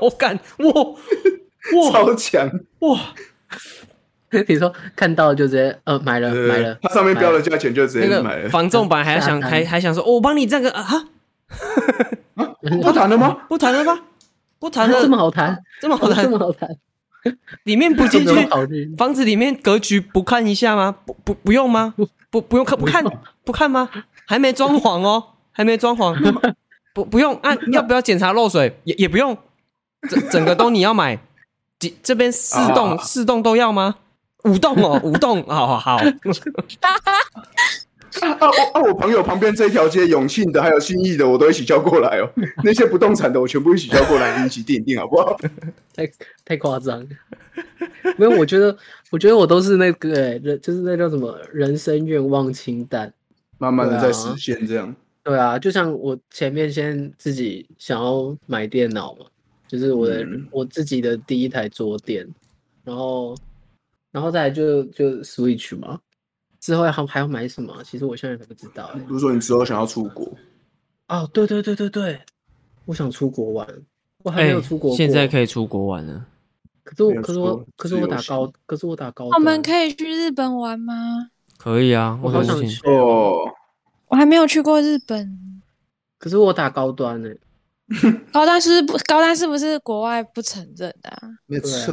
Speaker 1: 我干，哇
Speaker 4: 超强。
Speaker 1: 哇哇！
Speaker 2: 你说看到就直接呃买了买了，
Speaker 4: 它上面标的价钱就直
Speaker 1: 那
Speaker 4: 接买
Speaker 1: 个
Speaker 4: 了。
Speaker 1: 房仲版还要想
Speaker 2: 下单
Speaker 1: 还还想说，哦我帮你这个啊，哈
Speaker 4: 不哦谈了吗？
Speaker 1: 不谈了吧，不谈了，
Speaker 2: 啊这么好谈，
Speaker 1: 这么好
Speaker 2: 这
Speaker 1: 谈，
Speaker 2: 么好谈，
Speaker 1: 里面不进
Speaker 2: 这么
Speaker 1: 去，
Speaker 2: 考虑。
Speaker 1: 房子里面格局不看一下吗？不不不用吗？不不用看不看不看吗？还没装潢哦，还没装 潢，不不用按、啊、要不要检查漏水也也不用，整整个都你要买，这这边四栋、
Speaker 4: 啊
Speaker 1: 四栋都要吗？五栋 哦，五栋，好好好，
Speaker 4: 啊啊我啊！我朋友旁边这条街，永庆的还有信义的，我都一起叫过来哦。 那些不动产的，我全部一起叫过来，你一起订一订好 不好？
Speaker 2: 太太夸张了。 没有，我觉得，我觉得我都是那个、欸，人就是那叫什么人生愿望清单。
Speaker 4: 慢慢的
Speaker 2: 对
Speaker 4: 在
Speaker 2: 啊
Speaker 4: 实现这样。
Speaker 2: 对啊，就像我前面先自己想要买电脑嘛，就是我的、
Speaker 4: 嗯
Speaker 2: 我自己的第一台桌垫，然后，然后再来就就 Switch 嘛。之后还还要买什么？其实我现在还不知道、欸
Speaker 4: 比。如说你之后想要出国，
Speaker 2: 哦，对对对对对，我想出国玩，我还没有出国过。
Speaker 1: 哎现在可以出国玩了。
Speaker 2: 可是
Speaker 4: 没
Speaker 2: 我
Speaker 4: 有
Speaker 2: 可是
Speaker 4: 出
Speaker 2: 我
Speaker 4: 国
Speaker 2: 可是
Speaker 4: 自
Speaker 2: 我
Speaker 4: 由
Speaker 2: 打
Speaker 4: 行
Speaker 2: 高，可是我打高端。
Speaker 3: 我们可以去日本玩吗？
Speaker 1: 可以啊，
Speaker 2: 我
Speaker 1: 为
Speaker 2: 好
Speaker 1: 什么
Speaker 2: 想
Speaker 1: 不行
Speaker 2: 去哦。
Speaker 4: 哦，
Speaker 3: 我还没有去过日本。
Speaker 2: 可是我打高端欸呢、
Speaker 3: 高端是不是不高端是不是国外不承认的啊、
Speaker 4: 没错，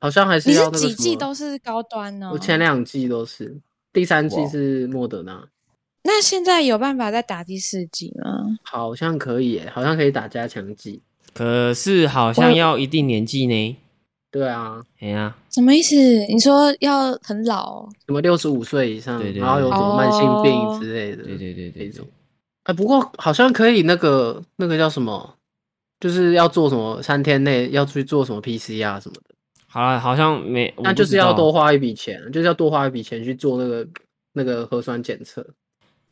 Speaker 2: 好像还是
Speaker 3: 你
Speaker 2: 要
Speaker 3: 是
Speaker 2: 那个
Speaker 3: 几
Speaker 2: 什
Speaker 3: 季
Speaker 2: 么
Speaker 3: 都是高端呢、
Speaker 2: 我前两季都是，第三季
Speaker 4: 哇
Speaker 2: 是莫德纳，
Speaker 3: 那现在有办法再打第四季吗？
Speaker 2: 好像可以、耶，好像可以打加强剂。
Speaker 1: 可是好像要一定年纪呢。
Speaker 2: 对啊，
Speaker 1: 哎呀，
Speaker 3: 什么意思？你说要很老哦？
Speaker 2: 什么六十五岁以上，
Speaker 1: 对对
Speaker 2: 然后有什么慢性
Speaker 3: 哦
Speaker 2: 病之类的，
Speaker 1: 对对对对
Speaker 2: 那
Speaker 1: 对
Speaker 2: 种，。哎，不过好像可以那个那个叫什么，就是要做什么三天内要去做什么 PCR 什么的，
Speaker 1: 好了，好像没，我
Speaker 2: 那
Speaker 1: 不
Speaker 2: 就是
Speaker 1: 知道
Speaker 2: 要多花一笔钱，就是要多花一笔钱去做那个那个核酸检测。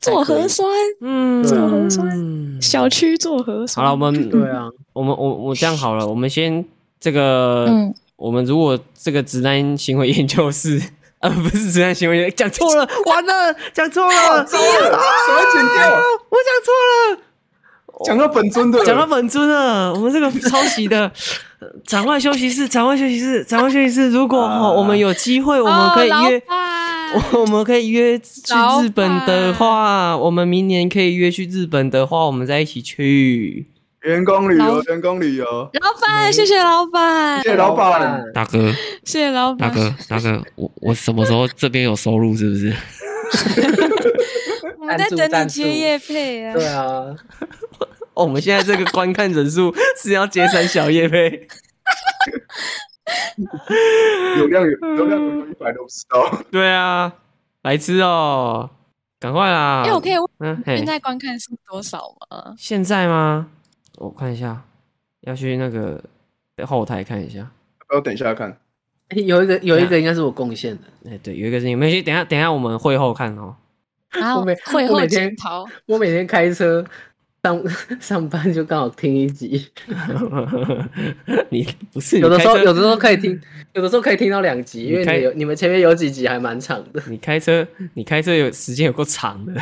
Speaker 3: 做
Speaker 2: 可以
Speaker 3: 核酸，
Speaker 1: 嗯，
Speaker 2: 做
Speaker 3: 核酸小区做核
Speaker 1: 好
Speaker 3: 酸。
Speaker 1: 了，我们
Speaker 2: 对啊，
Speaker 1: 我们我我这样好了，我们先这个，
Speaker 3: 嗯
Speaker 1: 我们如果这个直男行为研究室，呃，不是直男行为研究，讲错了，完了，讲错了，
Speaker 4: 糟了，怎么剪掉？
Speaker 1: 我讲错了。
Speaker 4: 啊讲到本尊的，
Speaker 1: 讲到本尊了，我们这个抄袭的呃场外休息室，场外休息室，场外休息室。如果
Speaker 4: 啊
Speaker 1: 哦我们有机会，我们可以
Speaker 3: 哦
Speaker 1: 约
Speaker 3: 老，板
Speaker 1: 我我们可以约去
Speaker 3: 老
Speaker 1: 日本的话，我们明年可以约去日本的话，我们再一起去。
Speaker 4: 员工旅游
Speaker 3: 老，
Speaker 4: 员工旅游，
Speaker 3: 老板，谢谢老板，
Speaker 4: 谢谢老板。，
Speaker 5: 大哥，
Speaker 3: 谢谢老
Speaker 5: 大
Speaker 3: 板。
Speaker 5: 哥，大哥，我我什么时候这边有收入是不是？
Speaker 3: 我们在等你接业配啊。
Speaker 2: 对啊，
Speaker 1: 哦，我们现在这个观看人数是要接三小夜呗？
Speaker 4: 流量有流量有没有一百都不知道。
Speaker 1: 对啊，白痴哦，赶快啦！
Speaker 3: 哎，我可以问
Speaker 1: 嗯，嘿
Speaker 5: 啊
Speaker 3: 现在观看数多少吗？
Speaker 1: 现在吗？我看一下，要去那个后台看一下。
Speaker 4: 要等一下看，
Speaker 2: 有一个有一个应该是我贡献的，
Speaker 1: 哎、对，有一个事情，没关系，等一下等一下我们会后看哦。
Speaker 3: 然后
Speaker 2: 我每
Speaker 3: 会
Speaker 2: 我
Speaker 3: 后
Speaker 2: 每天
Speaker 3: 检讨，
Speaker 2: 我每天开车上 上班就刚好听一集，
Speaker 1: 你不是
Speaker 2: 有的
Speaker 1: 你开
Speaker 2: 时候
Speaker 1: 车
Speaker 2: 有的时候可以听，有的时候可以听到两集，因为
Speaker 1: 开
Speaker 2: 你有你们前面有几集还蛮长的。
Speaker 1: 你开车你开车有时间有够长的。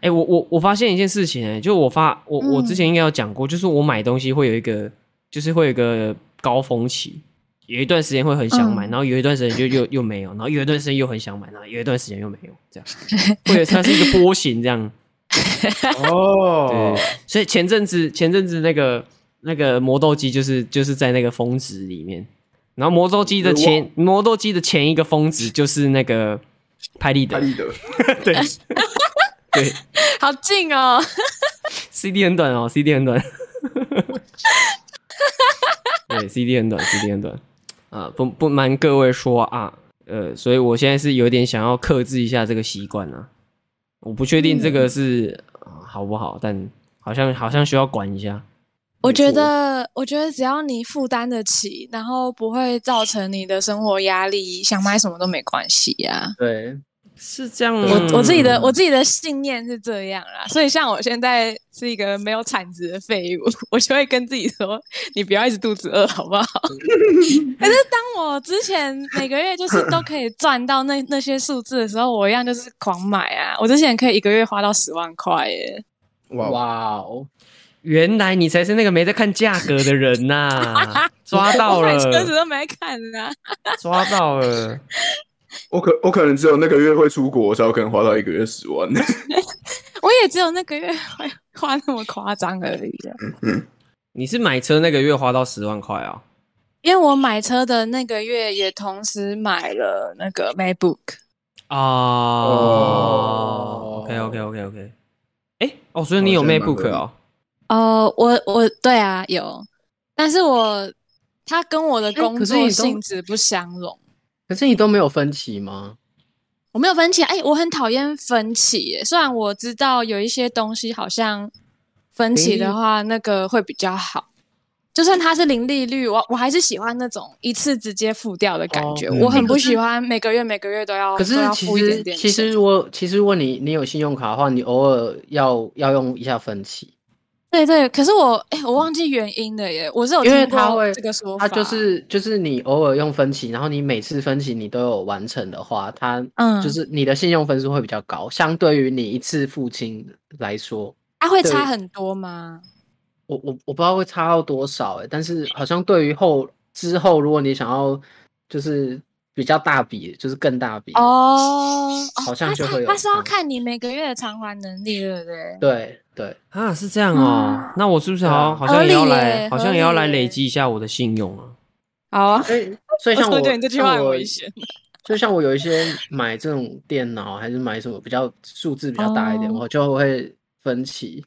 Speaker 1: 哎、我我我发现一件事情、哎，就我发我我
Speaker 3: 嗯
Speaker 1: 之前应该有讲过，就是我买东西会有一个，就是会有一个高峰期，有一段时间会很想买，
Speaker 3: 嗯
Speaker 1: 然后有一段时间就又又没有，然后有一段时间又很想买，然后有一段时间又没有，这样， 或者它是一个波形这样。
Speaker 4: 哦
Speaker 1: 对，，所以前阵子前阵子那个那个磨豆机就是就是在那个峰值里面，然后磨豆机的前磨豆机的前一个峰值就是那个拍立
Speaker 4: 拍
Speaker 1: 得，
Speaker 4: 立得，
Speaker 1: 对对
Speaker 3: 好近哦。
Speaker 1: ，CD 很短哦，CD 很短，对，CD 很短，CD 很短，啊、不不瞒各位说啊，呃，所以我现在是有点想要克制一下这个习惯啊，我不确定这个是、啊好不好，但好像好像需要管一下。
Speaker 3: 我觉得，我觉得只要你负担得起，然后不会造成你的生活压力，想买什么都没关系呀、
Speaker 2: 对，
Speaker 1: 是这样，
Speaker 3: 我我自己
Speaker 1: 嗯
Speaker 3: 的我自己的信念是这样啦，所以像我现在是一个没有产值的废物， 我就会跟自己说，你不要一直肚子饿，好不好？ 可是当我之前每个月就是都可以赚到那那些数字的时候，我一样就是狂买啊！我之前可以一个月花到十万块耶，
Speaker 4: 哇，
Speaker 2: 哇哦，
Speaker 1: 原来你才是那个没在看价格的人呐、 抓到
Speaker 3: 我买车子
Speaker 1: 了，
Speaker 3: 都没看啊！
Speaker 1: 抓到了，
Speaker 4: 我可我可能只有那个月会出国，才有可能花到一个月十 万。
Speaker 3: 我也只有那个月会花那么夸张而已啊。
Speaker 1: 你是买车那个月花到十万块啊、
Speaker 3: 因为我买车的那个月也同时买了那个 MacBook，
Speaker 1: 哦
Speaker 2: 哦
Speaker 1: OK OK OK OK，哎、哦，所以你有
Speaker 4: 哦这样蛮
Speaker 1: MacBook
Speaker 4: 合理
Speaker 1: 哦，
Speaker 3: 哦，我我对啊有，但是我它跟我的
Speaker 2: 哎
Speaker 3: 工
Speaker 2: 可是
Speaker 3: 作
Speaker 2: 你都
Speaker 3: 性质不相容，
Speaker 2: 可是你都没有分歧吗？
Speaker 3: 我没有分歧。哎、我很讨厌分歧耶，虽然我知道有一些东西好像分歧的
Speaker 2: 诶
Speaker 3: 话，那个会比较好。就算它是零利率，我我还是喜欢那种一次直接付掉的感
Speaker 2: 哦
Speaker 3: 觉。
Speaker 4: 嗯
Speaker 3: 我很
Speaker 2: 哎
Speaker 3: 不
Speaker 2: 可
Speaker 3: 喜欢每个月每个月都要，
Speaker 2: 可是
Speaker 3: 哦都要
Speaker 2: 其
Speaker 3: 付一点
Speaker 2: 实
Speaker 3: 点
Speaker 2: 其
Speaker 3: 钱
Speaker 2: 实如果其实如果你你有信用卡的话，你偶尔要要用一下分期，
Speaker 3: 对对，可是我哎、我忘记原因了耶，我是有
Speaker 2: 因为
Speaker 3: 听过
Speaker 2: 它会
Speaker 3: 这个说法，
Speaker 2: 它就是就是你偶尔用分期，然后你每次分期你都有完成的话，它
Speaker 3: 嗯
Speaker 2: 就是你的信用分数会比较高，相对于你一次付清来说，
Speaker 3: 它会
Speaker 2: 对
Speaker 3: 差很多吗？
Speaker 2: 我我我不知道会差到多少哎、但是好像对于后之后，如果你想要就是比较大笔，就是更大笔的
Speaker 3: 哦，哦
Speaker 2: 嗯好像
Speaker 3: 它
Speaker 2: 就
Speaker 3: 它
Speaker 2: 会有
Speaker 3: 它是要
Speaker 2: 差
Speaker 3: 看你每个月的偿还能力，对不对？
Speaker 2: 对 对，
Speaker 1: 啊，是这样哦，
Speaker 3: 嗯
Speaker 1: 那我是不是好
Speaker 2: 啊
Speaker 1: 好像也要来，
Speaker 3: 合理耶
Speaker 1: 好像也要来
Speaker 3: 合理耶
Speaker 1: 累积一下我的信用啊？
Speaker 3: 好啊，
Speaker 2: 所以所以
Speaker 3: 我
Speaker 2: 像
Speaker 3: 突然
Speaker 2: 我
Speaker 3: 觉得你这句
Speaker 2: 像
Speaker 3: 话很
Speaker 2: 我
Speaker 3: 危险。
Speaker 2: 就像我有一些买这种电脑还是买什么比较数字比较大一点，
Speaker 3: 哦
Speaker 2: 我就会分期。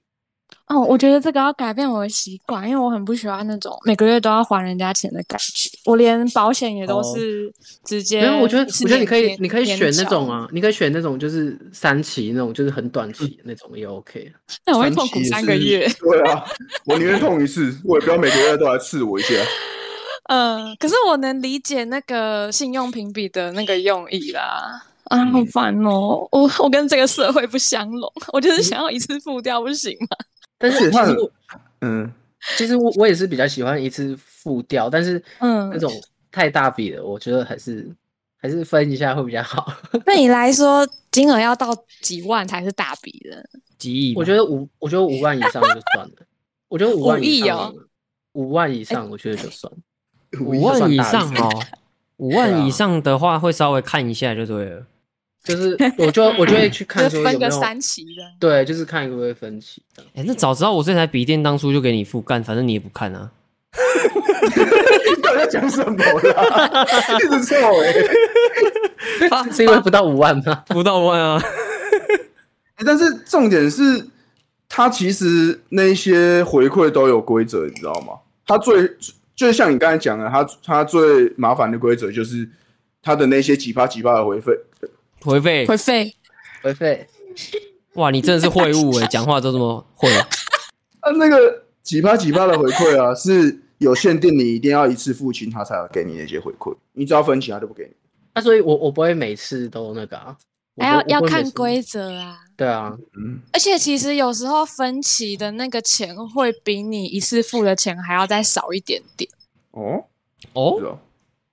Speaker 3: 哦，我觉得这个要改变我的习惯，因为我很不喜欢那种每个月都要还人家钱的感觉。我连保险也都
Speaker 2: 哦
Speaker 3: 是直接，
Speaker 2: 没有，我觉得我觉得你可以，你可以选那种
Speaker 3: 啊，
Speaker 2: 啊，你可以选那种就是三期那种，就是很短期
Speaker 3: 嗯
Speaker 2: 的那种也 OK。啊
Speaker 3: 那我会痛苦三个月。
Speaker 4: 三期也是。对啊，我宁愿痛一次，我也不要每个月都来刺我一下。
Speaker 3: 嗯，可是我能理解那个信用评比的那个用意啦。啊，
Speaker 2: 嗯
Speaker 3: 好烦哦！我我跟这个社会不相容，我
Speaker 2: 嗯
Speaker 3: 就是想要一次付掉，不行吗？
Speaker 2: 但
Speaker 4: 而且
Speaker 2: 是其
Speaker 4: 它
Speaker 2: 实
Speaker 4: 很
Speaker 2: 我
Speaker 4: 嗯，
Speaker 2: 其实我我也是比较喜欢一次付掉，但是
Speaker 3: 嗯
Speaker 2: 那种太大笔的，我觉得还是还是分一下会比较好。
Speaker 3: 对你来说，金额要到几万才是大笔的？
Speaker 1: 几亿吧，
Speaker 2: 我觉得五，我觉得五万以上就算了。我觉得五万以
Speaker 3: 五亿
Speaker 2: 上
Speaker 3: 哦，哎
Speaker 2: 五万以上我觉得就算。
Speaker 1: 五万以上
Speaker 2: 算大
Speaker 1: 哦，五万
Speaker 2: 对啊
Speaker 1: 以上的话会稍微看一下就对了。
Speaker 2: 就是我就我就会 去看
Speaker 3: 就
Speaker 2: 说
Speaker 3: 是
Speaker 2: 有没
Speaker 3: 分
Speaker 2: 有
Speaker 3: 个三期的。
Speaker 2: 对，就是看会不会分期。
Speaker 1: 哎、那早知道我这台笔电当初就给你付干，反正你也不看啊。
Speaker 4: 你到底在讲什么啦？一直错哎、
Speaker 3: 欸
Speaker 1: 发
Speaker 2: 是因为不到五万吗？
Speaker 1: 不到万啊，
Speaker 4: 欸但是重点是，他其实那些回馈都有规则，你知道吗？他最就像你刚才讲的，他他最麻烦的规则就是他的那些几趴几趴的回费，
Speaker 1: 回费
Speaker 3: 会费，
Speaker 2: 回费
Speaker 1: 哇，你真的是会务哎、讲话都这么会。
Speaker 4: 啊，那个几趴几趴的回馈啊， 是有限定，你一定要一次付清，他才会给你那些回馈，你只要分期，他都不给你。
Speaker 2: 那所以我我不会每次都那个啊，我
Speaker 3: 还
Speaker 2: 不
Speaker 3: 要
Speaker 2: 我
Speaker 3: 要
Speaker 2: 不会每
Speaker 3: 看
Speaker 2: 次
Speaker 3: 规则啊。
Speaker 2: 对啊，
Speaker 4: 嗯，
Speaker 3: 而且其实有时候分期的那个钱会比你一次付的钱还要再少一点点。
Speaker 4: 哦，不
Speaker 1: 哦
Speaker 4: 知，道，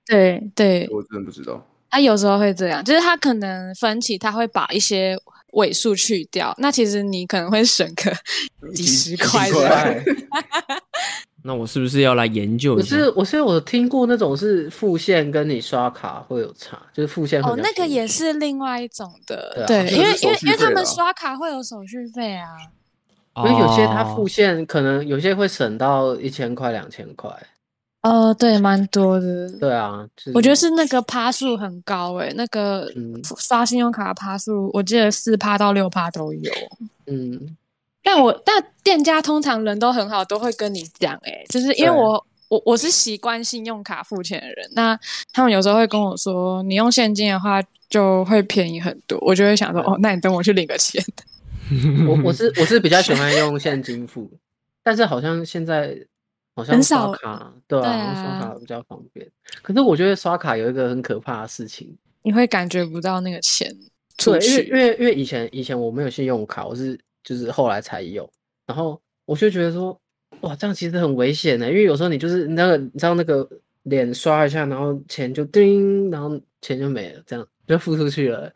Speaker 3: 对对，
Speaker 4: 我真的不知道。
Speaker 3: 他有时候会这样，就是他可能分期他会把一些尾数去掉，那其实你可能会省个几十块
Speaker 4: 几十
Speaker 3: 的。
Speaker 4: 块
Speaker 1: 那我是不是要来研究
Speaker 2: 我
Speaker 1: 一下？
Speaker 2: 是我是有听过那种是付现跟你刷卡会有差，就是付现会
Speaker 3: 哦
Speaker 2: 比，较
Speaker 3: 那个
Speaker 2: 便宜
Speaker 3: 也是另外一种的，
Speaker 2: 对啊
Speaker 3: 对，
Speaker 4: 这
Speaker 3: 因
Speaker 4: 个
Speaker 3: 为
Speaker 4: 是
Speaker 3: 因为
Speaker 4: 手续
Speaker 3: 因为他
Speaker 4: 费
Speaker 3: 们
Speaker 4: 啦
Speaker 3: 刷卡会有手续费啊，
Speaker 1: 因
Speaker 2: 因为有些它
Speaker 1: 哦
Speaker 2: 付现可能有些会省到一千块两千块，
Speaker 3: 哦，对，蛮多的，
Speaker 2: 对啊，就是
Speaker 3: 我觉得是那个趴数很高诶、那个
Speaker 2: 嗯
Speaker 3: 刷信用卡的趴数，我记得四趴到六趴都有。
Speaker 2: 嗯，
Speaker 3: 但我但店家通常人都很好，都会跟你讲诶、就是因为
Speaker 2: 对
Speaker 3: 我我我是习惯信用卡付钱的人，那他们有时候会跟我说，你用现金的话就会便宜很多，我就会想说，哦，那你等我去领个钱。
Speaker 2: 我我是我是比较喜欢用现金付，但是好像现在好像
Speaker 3: 很
Speaker 2: 刷
Speaker 3: 少
Speaker 2: 卡，对啊，
Speaker 3: 对
Speaker 2: 刷
Speaker 3: 啊
Speaker 2: 卡比较方便。可是我觉得刷卡有一个很可怕的事情，
Speaker 3: 你会感觉不到那个钱出
Speaker 2: 对，因为因
Speaker 3: 去，
Speaker 2: 为因为以前以前我没有信用卡，我是就是后来才有，然后我就觉得说，哇，这样其实很危险欸的，因为有时候你就是那个，你知道那个脸刷一下，然后钱就叮，然后钱就没了，这样就付出去了，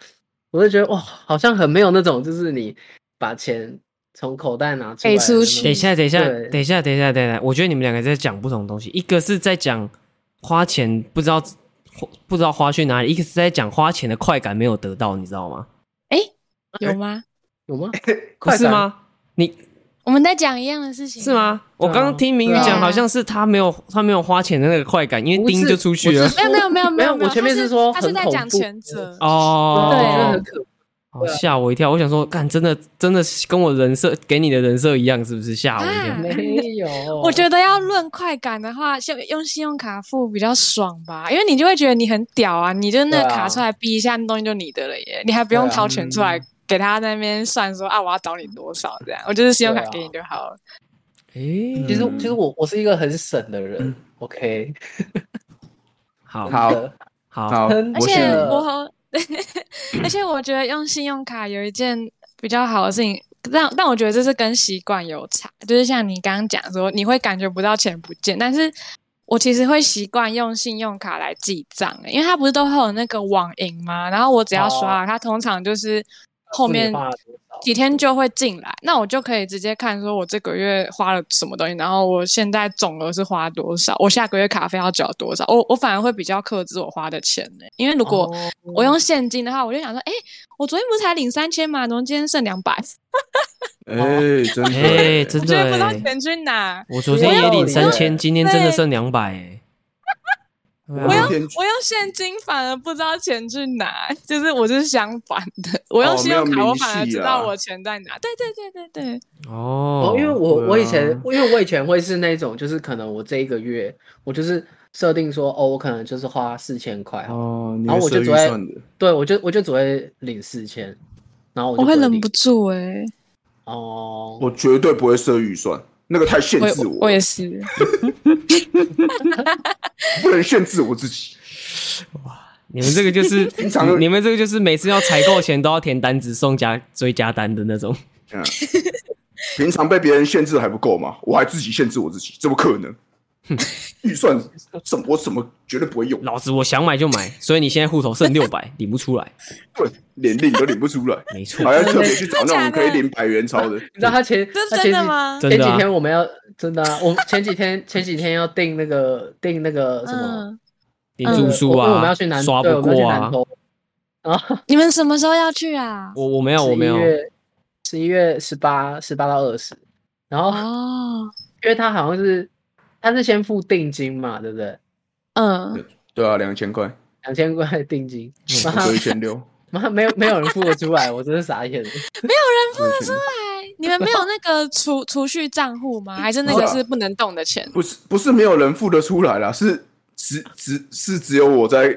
Speaker 2: 我就觉得哇，好像很没有那种，就是你把钱从口袋拿出
Speaker 3: 给
Speaker 2: 来，
Speaker 3: 出去
Speaker 1: 等一下，等一下，
Speaker 2: 对
Speaker 1: 等一下，等一下，等一下，我觉得你们两个在讲不同的东西，一个是在讲花钱不知道花不知道花去哪里，一个是在讲花钱的快感没有得到，你知道吗？
Speaker 2: 哎
Speaker 3: 有吗？
Speaker 2: 有吗？
Speaker 1: 哎不
Speaker 2: 快
Speaker 1: 是
Speaker 2: 感？
Speaker 1: 吗？你
Speaker 3: 我们在讲一样的事情，
Speaker 1: 是？吗？我刚刚听明宇
Speaker 2: 嗯对啊
Speaker 1: 讲，好像是他没有他没有花钱的那个快感，因为
Speaker 2: 不
Speaker 1: 叮
Speaker 2: 是
Speaker 1: 就出去
Speaker 2: 我
Speaker 1: 了
Speaker 2: 是
Speaker 3: 没有没有没有
Speaker 2: 没有我
Speaker 3: 有，
Speaker 2: 前面
Speaker 3: 他
Speaker 2: 是
Speaker 3: 是
Speaker 2: 说
Speaker 3: 他是
Speaker 2: 很
Speaker 3: 在
Speaker 2: 恐
Speaker 3: 讲
Speaker 2: 怖哦
Speaker 3: 全责，
Speaker 2: 对我觉得
Speaker 1: 哦
Speaker 2: 很，可
Speaker 1: 哦吓我一跳！我想说，干，真的真的是跟我人设给你的人设一样，是不是吓我一跳
Speaker 3: 啊？
Speaker 2: 没有，
Speaker 3: 我觉得要论快感的话，就用信用卡付比较爽吧，因为你就会觉得你很屌啊，你就那个
Speaker 2: 对啊
Speaker 3: 卡出来逼一下，那东西就你的了耶，你还不用
Speaker 2: 对啊
Speaker 3: 掏钱出来给他在那边算说啊，我要找你多少这样，我就是信用卡
Speaker 2: 对啊
Speaker 3: 给你就好了。
Speaker 1: 诶，
Speaker 2: 其实
Speaker 4: 嗯
Speaker 2: 其实我我是一个很省的人，OK，
Speaker 1: 嗯好
Speaker 4: 好
Speaker 2: 真的
Speaker 1: 好
Speaker 4: 好，
Speaker 2: 真
Speaker 3: 而
Speaker 4: 我信
Speaker 3: 且
Speaker 4: 你。
Speaker 3: 我 和，而且我觉得用信用卡有一件比较好的事情，但但我觉得这是跟习惯有差，就是像你刚刚讲说，你会感觉不到钱不见，但是我其实会习惯用信用卡来记账、欸，因为它不是都会有那个网银吗？然后我只要
Speaker 2: 哦
Speaker 3: 刷，它通常就是后面
Speaker 2: 付你花了多少
Speaker 3: 几天就会进来，那我就可以直接看说我这个月花了什么东西，然后我现在总额是花多少，我下个月卡费要缴多少，我我反而会比较克制我花的钱呢、因为如果
Speaker 2: 哦
Speaker 3: 我用现金的话，我就想说，哎、我昨天不是才领三千嘛，怎么今天剩两百？
Speaker 4: 哎、真的、
Speaker 1: 诶，哎真
Speaker 3: 我觉
Speaker 1: 的
Speaker 3: 得不知道
Speaker 1: 诶
Speaker 3: 钱去哪。
Speaker 1: 我昨天也领
Speaker 2: 我有
Speaker 1: 欸三千，今天真的剩两百哎。对
Speaker 4: 我
Speaker 3: 我要
Speaker 1: 啊
Speaker 4: 有点
Speaker 3: 我要现金，反而不知道钱去哪， 就是我就是相反的。我用信用
Speaker 4: 没
Speaker 3: 卡，
Speaker 4: 有
Speaker 3: 我
Speaker 4: 明细
Speaker 3: 反而知
Speaker 4: 啦
Speaker 3: 道我钱在哪。对对对对对，
Speaker 1: 哦
Speaker 2: 哦，因为我、
Speaker 4: 对啊
Speaker 2: 我以前，因为我以前会是那种，就是可能我这一个月，我就是设定说，哦，我可能就是花四千块好了，
Speaker 4: 哦，你
Speaker 2: 然后我
Speaker 4: 是
Speaker 2: 就
Speaker 4: 预
Speaker 2: 只会
Speaker 4: 算的，
Speaker 2: 对我就我就只会领四千，然后我就
Speaker 3: 我会
Speaker 2: 不
Speaker 3: 忍
Speaker 2: 领
Speaker 3: 不住哎、
Speaker 2: 哦，
Speaker 4: 我绝对不会设预算，那个太限
Speaker 3: 我
Speaker 4: 制
Speaker 3: 也我也是，
Speaker 4: 不能限制我自己。
Speaker 1: 你们这个就是
Speaker 4: 平常
Speaker 1: 你们这个就是每次要采购前都要填单子送加追加单的那种。
Speaker 4: 嗯，平常被别人限制还不够吗？我还自己限制我自己，怎么可能？预算怎么我怎么绝对不会用？
Speaker 1: 老子我想买就买，所以你现在户头剩六百，领不出来。
Speaker 4: 对， 连领都领不 出来，
Speaker 1: 没错
Speaker 2: 嗯
Speaker 4: 还，要特别去找那种
Speaker 3: 真的假的
Speaker 4: 可以领百元钞的。
Speaker 2: 你知道他前
Speaker 3: 这
Speaker 2: 他
Speaker 3: 是
Speaker 2: 前
Speaker 3: 真的
Speaker 2: 几
Speaker 3: 吗？
Speaker 1: 真
Speaker 2: 前
Speaker 1: 的
Speaker 2: 几
Speaker 1: 啊
Speaker 2: 天我们要真的、啊，我们前几天前几天要订那个订那个什么、
Speaker 3: 嗯，
Speaker 1: 领住宿
Speaker 2: 呃我我
Speaker 1: 啊，
Speaker 2: 们要去南
Speaker 1: 刷
Speaker 2: 对
Speaker 1: 不
Speaker 2: 我们要
Speaker 1: 过
Speaker 2: 去南
Speaker 1: 啊。
Speaker 2: 投，
Speaker 3: 你们什么时候要去啊？
Speaker 1: 我我没有我没有，
Speaker 2: 十一月十八十八到二十，然后
Speaker 3: 哦，
Speaker 2: 因为他好像是他是先付定金嘛，对不对？
Speaker 3: 嗯，
Speaker 4: 对啊，两千块，
Speaker 2: 两千块的定金，
Speaker 4: 我
Speaker 2: 妈
Speaker 4: 只有一千 六，
Speaker 2: 妈没有没有人付得出来，我真是傻眼了。
Speaker 3: 哎，你们没有那个储储蓄账户吗？还是那个是不能动的钱？
Speaker 4: 不是不是没有人付得出来啦，是只只是只有我在，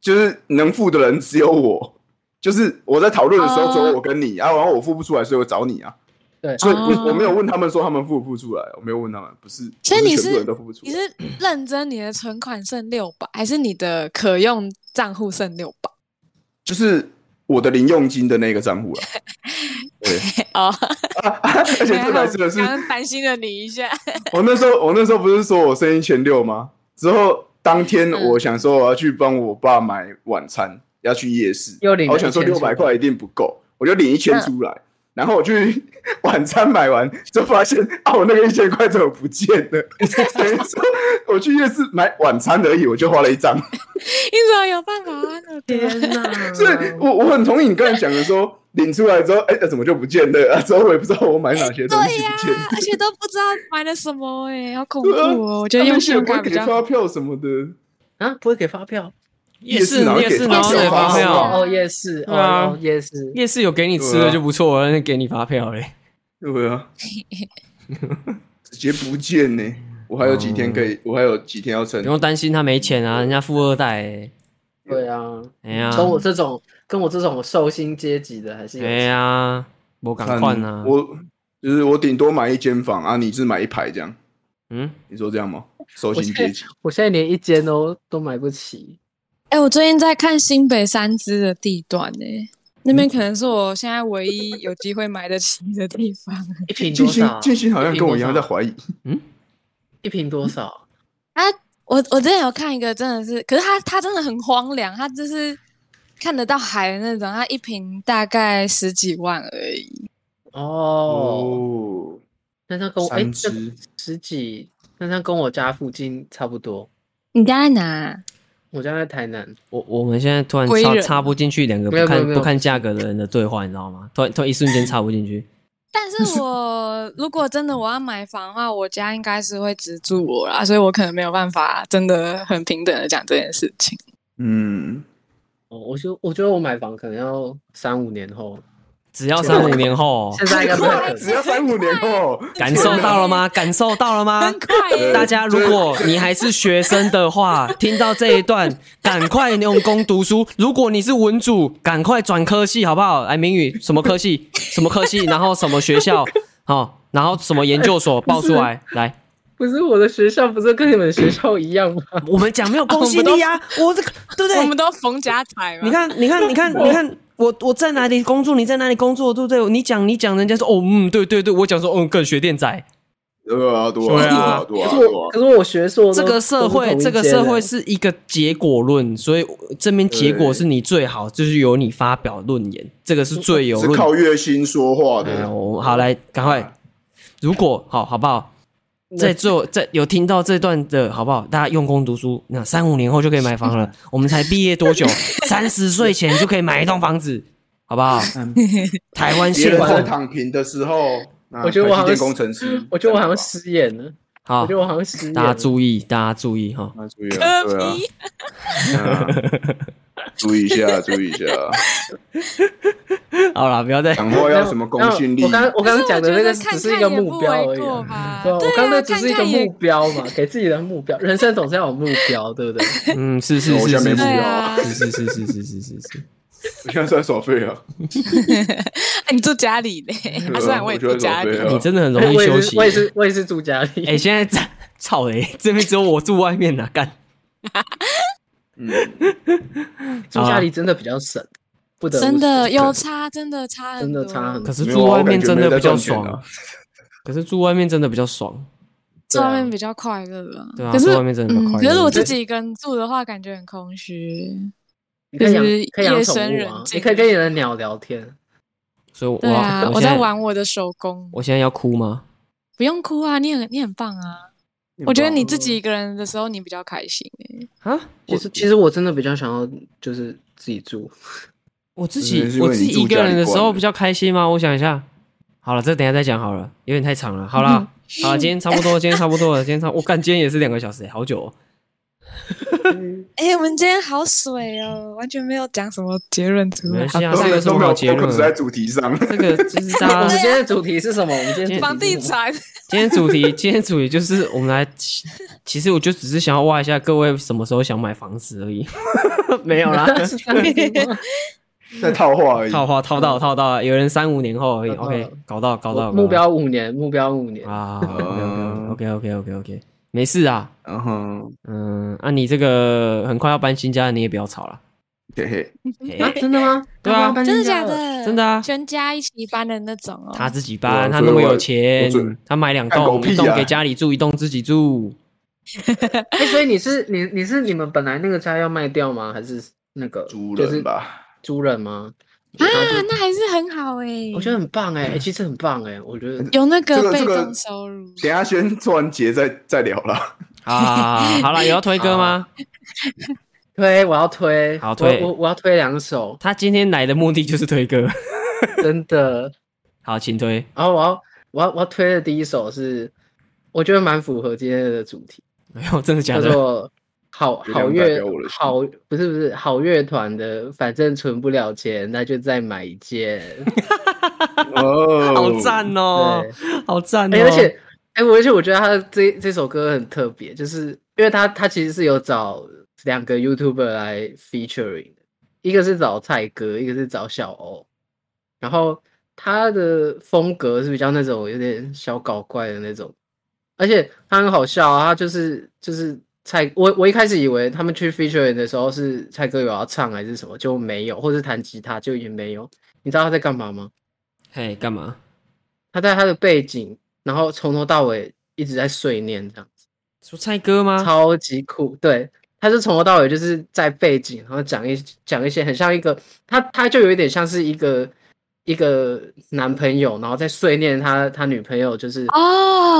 Speaker 4: 就是能付的人只有我。就是我在讨论的时候，
Speaker 3: 哦
Speaker 4: 只有我跟你啊，然后我付不出来，所以我找你啊。
Speaker 2: 对，
Speaker 4: 所以我
Speaker 3: 哦
Speaker 4: 我没有问他们说他们付不付出来，我没有问他们，不是，
Speaker 3: 所以
Speaker 4: 不
Speaker 3: 你
Speaker 4: 全部
Speaker 3: 是
Speaker 4: 人都付不出
Speaker 3: 你
Speaker 4: 来。
Speaker 3: 是认真你的存款剩六百，还是你的可用账户剩六百？
Speaker 4: 就是我的零用金的那个账户了。对，
Speaker 3: 哦，
Speaker 4: 而且最 白痴的是
Speaker 3: 刚，刚担心了你一 下，
Speaker 4: 我那时候我那时候不是说我剩一千六吗？之后当天
Speaker 3: 嗯
Speaker 4: 我想说我要去帮我爸买晚餐，要去夜市，
Speaker 2: 又领了
Speaker 4: 我想说
Speaker 2: 1000
Speaker 4: 六
Speaker 2: 出
Speaker 4: 百
Speaker 2: 来
Speaker 4: 块一定不够，我就领一千
Speaker 3: 嗯
Speaker 4: 出来。然后我去 晚餐买完，就发现啊，我那个一千块怎么不见 了？等于说我去夜市买晚餐而已，我就花了一张。
Speaker 3: 嗯你怎么有办法啊？ 那个
Speaker 2: 哪！
Speaker 4: 所以我我很同意你刚才讲的说，领出来之后，哎、那怎么就不见了？ 啊，之后我也不知道我买哪些东西
Speaker 3: 对呀、
Speaker 4: 不见 了。
Speaker 3: 而且都不知道买了什么哎、好恐怖
Speaker 4: 对啊
Speaker 3: 哦！我觉得
Speaker 4: 他
Speaker 3: 用
Speaker 4: 们
Speaker 3: 信
Speaker 4: 现
Speaker 3: 用
Speaker 4: 在不
Speaker 3: 卡
Speaker 4: 会
Speaker 3: 比
Speaker 4: 给
Speaker 3: 较
Speaker 4: 发
Speaker 3: 好。
Speaker 4: 票什么的，
Speaker 2: 啊，不会给发票
Speaker 1: 夜市
Speaker 4: 然后
Speaker 1: 夜
Speaker 4: 给
Speaker 1: 市
Speaker 4: 发
Speaker 1: 然后
Speaker 3: 票
Speaker 1: 给发
Speaker 3: 发票
Speaker 1: 票，
Speaker 2: 哦，夜市哦
Speaker 1: 对啊
Speaker 2: 哦，夜市
Speaker 1: 夜市有给你吃
Speaker 2: 啊
Speaker 1: 的就不错了，那给你发票
Speaker 2: 嗯
Speaker 1: 嘞。
Speaker 4: 对不对 啊？直接不见呢、我还有几天可以，我还有几天要撑
Speaker 1: 不。用担心他没钱啊，人家富二代欸。
Speaker 2: 对啊，
Speaker 1: 哎呀，
Speaker 2: 跟我这种跟我这种受薪阶级的还是有
Speaker 1: 哎
Speaker 2: 差。
Speaker 1: 呀，我赶快啊！
Speaker 4: 我就是我顶多买一间房啊，你是买一排这样，
Speaker 1: 嗯，
Speaker 4: 你说这样吗？收
Speaker 2: 我
Speaker 4: 薪
Speaker 2: 现
Speaker 4: 阶
Speaker 2: 在
Speaker 4: 级，
Speaker 2: 我现在连一间都都买不起，
Speaker 3: 哎、我最近在看新北三支的地段呢、那边可能是我现在唯一有机会买得起的地方。
Speaker 2: 一瓶
Speaker 4: 静
Speaker 2: 多
Speaker 4: 心
Speaker 2: 少啊？
Speaker 4: 静心好像跟我一样
Speaker 2: 一
Speaker 4: 在
Speaker 2: 瓶多少
Speaker 4: 怀疑，
Speaker 2: 一瓶多少？
Speaker 3: 我我之前有看一个，真的是，可是它它真的很荒凉，它就是看得到海的那种，它一瓶大概十几万而已。
Speaker 2: 哦，
Speaker 4: 哦，
Speaker 2: 那他跟我哎，
Speaker 4: 三
Speaker 2: 这
Speaker 4: 支
Speaker 2: 十几，那他跟我家附近差不多。
Speaker 3: 你家在哪？
Speaker 2: 我家在台南，
Speaker 1: 我我们现在突然
Speaker 3: 归
Speaker 1: 插
Speaker 3: 人
Speaker 1: 插不进去两个
Speaker 2: 没有
Speaker 1: 不
Speaker 2: 没有
Speaker 1: 看
Speaker 2: 没有
Speaker 1: 不看价格的人的对话，你知道吗？突然突然一瞬间插不进去。
Speaker 3: 但是我如果真的我要买房的话，我家应该是会资助我啦，所以我可能没有办法真的很平等的讲这件事情。
Speaker 4: 嗯，
Speaker 2: 哦，我就我觉得我买房可能要三五年后，
Speaker 1: 只要三五年
Speaker 4: 哦
Speaker 1: 后，哦
Speaker 2: 现在应该不啊太可
Speaker 4: 只
Speaker 2: 能。
Speaker 4: 要三五年后，
Speaker 1: 感受到了 吗？感受到了吗？
Speaker 3: 啊 很快耶、
Speaker 1: 大家，如果你还是学生的话，听到这一段， 赶快用功读书。如果你是文组，赶快转科系，好不好？哎，明宇，什么科 系？什么科系？然后什么学校？哦，然后什么研究 所报出来？来，
Speaker 2: 不是我的学校，不是跟你们学校一样吗？
Speaker 1: 我们讲没有公信力啊！我这个对不
Speaker 3: 我
Speaker 1: 对
Speaker 3: 们？都逢家财嘛。
Speaker 1: 你看，你看，你看，你看，我我在哪里工作？你在哪里工作？对不对？你讲，你讲，人家说哦，嗯，对对对，我讲说，嗯，更学电仔。
Speaker 4: 对啊，对啊，
Speaker 1: 对
Speaker 4: 对
Speaker 1: 啊
Speaker 4: 啊，对啊
Speaker 2: 可是哎我，可是我学硕都
Speaker 1: 这个社会，
Speaker 2: 都是
Speaker 1: 这
Speaker 2: 同
Speaker 1: 个
Speaker 2: 一间
Speaker 1: 社会
Speaker 2: 的
Speaker 1: 是一个结果论，所以这边结果是你最好，就是由你发表论言，这个是最有
Speaker 4: 是
Speaker 1: 论。
Speaker 4: 靠月薪说话
Speaker 1: 哎
Speaker 4: 的，
Speaker 1: 呦好，来，赶快，如果好好不好？在座在有听到这段的好不好？大家用功读书，那三五年后就可以买房了。我们才毕业多久？三十岁前就可以买一栋房子，好不好？ 台湾
Speaker 4: 别
Speaker 1: 现
Speaker 4: 人在
Speaker 1: 况
Speaker 4: 躺平的时候，啊
Speaker 2: 我觉得我好像
Speaker 4: 台积电工程师，
Speaker 2: 我觉得我好像失言了。
Speaker 1: 好
Speaker 2: 我觉，得我好像失言
Speaker 1: 大家
Speaker 2: 了。
Speaker 1: 注意，大家注意哈。
Speaker 4: 那注意
Speaker 3: 呃
Speaker 4: 啊，对啊，嗯注意一下，注意一下，
Speaker 1: 好啦，不要再
Speaker 4: 讲话要什么公信力
Speaker 2: 我？刚我刚刚讲的那个只是一个目标而已啊。对
Speaker 3: 对
Speaker 2: 啊，我刚刚那只是一个目标嘛，给自己的目标，人生总是要有目标，对不对？
Speaker 1: 嗯，是是
Speaker 4: 我
Speaker 1: 是
Speaker 4: 现在没
Speaker 1: 是
Speaker 4: 目标啊
Speaker 3: 对
Speaker 1: 是是是是是是是是，
Speaker 4: 我现在在耍废啊，
Speaker 3: 哎，你住家里嘞？ 啊，虽然我也住家里
Speaker 4: 我觉得，浪费啊
Speaker 1: 你真的很容易
Speaker 2: 我
Speaker 1: 休
Speaker 2: 也
Speaker 1: 息
Speaker 2: 是，我。也是，我也是住家里。
Speaker 1: 哎，现在在操嘞，这边只有我住外面呐，干。
Speaker 4: 嗯，
Speaker 2: 住
Speaker 1: 啊
Speaker 2: 家里真的比较省，不得不
Speaker 3: 真
Speaker 2: 说
Speaker 3: 的有差，真的差很
Speaker 2: 真
Speaker 3: 多，
Speaker 2: 的差很
Speaker 1: 可
Speaker 2: 多。
Speaker 1: 是
Speaker 4: 没
Speaker 1: 住
Speaker 4: 有啊
Speaker 1: 外面
Speaker 4: 我感觉
Speaker 1: 真
Speaker 4: 没
Speaker 1: 的
Speaker 4: 在
Speaker 1: 比较
Speaker 4: 赚钱啊
Speaker 1: 爽，可是住外面真的比较爽，
Speaker 3: 住外面比较快乐啊。
Speaker 1: 对啊，
Speaker 3: 可
Speaker 1: 住
Speaker 3: 是
Speaker 1: 外面真的比较
Speaker 3: 嗯，
Speaker 1: 快
Speaker 3: 可
Speaker 1: 乐。
Speaker 3: 是我自己一个人住的话，感觉很空虚。
Speaker 2: 你可以养，
Speaker 3: 就是
Speaker 2: 可以养
Speaker 3: 夜
Speaker 2: 宠
Speaker 3: 深
Speaker 2: 物
Speaker 3: 人
Speaker 2: 啊，
Speaker 3: 静
Speaker 2: 你可以跟你的鸟聊天。
Speaker 1: 所以我
Speaker 3: 对啊，
Speaker 1: 要
Speaker 3: 我
Speaker 1: 现
Speaker 3: 在，玩我的手工，
Speaker 1: 我现在要哭吗？
Speaker 3: 不用哭啊，你很你很棒啊。 我觉得你自己一个人的时候，你比较开心欸。
Speaker 1: 啊，
Speaker 2: 其
Speaker 1: 我
Speaker 2: 实其实我真的比较想要就是自己住，
Speaker 1: 我自
Speaker 4: 可能是
Speaker 1: 己
Speaker 4: 因
Speaker 1: 我
Speaker 4: 为
Speaker 1: 自己
Speaker 4: 你住
Speaker 1: 一个
Speaker 4: 家
Speaker 1: 人
Speaker 4: 里
Speaker 1: 的时
Speaker 4: 惯
Speaker 1: 候
Speaker 4: 了
Speaker 1: 比较开心吗？我想一下，好了，这等一下再讲好了，有点太长了。好
Speaker 3: 嗯
Speaker 1: 啦，好啦，今天差不多了，今天差不多了，今天差，我干，今天也是两个小时欸，好久哦。
Speaker 3: 哎，我们今天好水哦，完全没有讲什么结论出
Speaker 1: 没
Speaker 3: 来
Speaker 1: 关。系啊，
Speaker 4: 都
Speaker 1: 这
Speaker 4: 没
Speaker 1: 个
Speaker 4: 有
Speaker 1: 是
Speaker 4: 都没
Speaker 1: 好
Speaker 4: 有
Speaker 1: 结论
Speaker 4: focus
Speaker 1: 啊
Speaker 4: 在。主题上，
Speaker 1: 这个就是
Speaker 2: 我
Speaker 1: 大
Speaker 2: 们
Speaker 1: 家
Speaker 2: 今天的主题是什么？我们今天
Speaker 3: 房地
Speaker 2: 主题是什么，
Speaker 3: 产，
Speaker 1: 今天主题，今天主题就是我们来，其其实我就只是想要挖一下各位什么时候想买房子而已， 没有啦。
Speaker 2: 是这样 子吗
Speaker 4: 在套话而已。
Speaker 1: 套话套到套到，有人三五年后而已。
Speaker 2: 套到
Speaker 1: OK，搞到搞到
Speaker 2: 目标五年，目标五年。
Speaker 1: 啊，OK OK OK OK OK，没事啊。
Speaker 4: 然后，
Speaker 1: 嗯，啊，你这个很快要搬新家了，你也不要吵了。
Speaker 4: 嘿嘿，
Speaker 2: 啊，
Speaker 1: 嘿
Speaker 2: 真的吗？
Speaker 1: 对啊
Speaker 2: 要搬
Speaker 3: 真的
Speaker 2: 家
Speaker 3: 假
Speaker 2: 了？
Speaker 3: 的？
Speaker 1: 真的啊
Speaker 3: 全家一起搬的那种哦。
Speaker 1: 他自己搬，
Speaker 4: 对
Speaker 1: 他那
Speaker 4: 啊
Speaker 1: 么
Speaker 4: 所以我
Speaker 1: 有钱
Speaker 4: 我准，
Speaker 1: 他买两
Speaker 4: 干狗
Speaker 1: 栋，
Speaker 4: 屁啊
Speaker 1: 一栋给家里住，一栋自己住。
Speaker 2: 哎，所以你是你你是你们本来那个家要卖掉吗？还是那个
Speaker 4: 猪
Speaker 2: 就是
Speaker 4: 人吧，
Speaker 2: 租人吗？
Speaker 3: 啊，那还是很好哎、
Speaker 2: 我觉得很棒
Speaker 4: 嗯
Speaker 2: 哎、欸，其实很棒哎、我觉得
Speaker 3: 有那
Speaker 4: 这
Speaker 3: 个
Speaker 4: 个
Speaker 3: 被
Speaker 4: 这个
Speaker 3: 动收入，
Speaker 4: 等一下先做完结再再聊 啦。
Speaker 1: 好好好好好了，有要推歌吗？
Speaker 2: 推我要推，
Speaker 1: 好推
Speaker 2: 我我我要推两首，
Speaker 1: 他今天来的目的就是推歌。
Speaker 2: 真的。
Speaker 1: 好，请推。
Speaker 2: 然后我要我要我要推的第一首是，我觉得蛮符合今天的主题，
Speaker 1: 哎呦，真的假
Speaker 2: 叫
Speaker 1: 的？
Speaker 2: 做好
Speaker 4: 有
Speaker 2: 好
Speaker 4: 点代
Speaker 2: 乐
Speaker 4: 表我的心
Speaker 2: 好不是不是好乐团的，反正存不了钱，那就再买一件。
Speaker 4: 哦，
Speaker 1: 好赞哦
Speaker 2: 对，
Speaker 1: 好赞哦！
Speaker 2: 哎、而且，哎、我而且我觉得他这这首歌很特别，就是因为他他其实是有找两个 YouTuber 来 featuring 的，一个是找蔡哥，一个是找小欧，然后他的风格是比较那种有点小搞怪的那种，而且他很好笑啊，他就是就是。蔡，我我一开始以为他们去 featuring 的时候是蔡哥有要唱还是什么，就没有，或是弹吉他就也没有。你知道他在干嘛吗？
Speaker 1: 嘿，干嘛？
Speaker 2: 他在他的背景，然后从头到尾一直在碎念这样子，
Speaker 1: 说蔡哥吗？
Speaker 2: 超级酷。对，他是从头到尾就是在背景，然后讲一讲一些很像一个他，他就有一点像是一个一个男朋友，然后在碎念他他女朋友就是。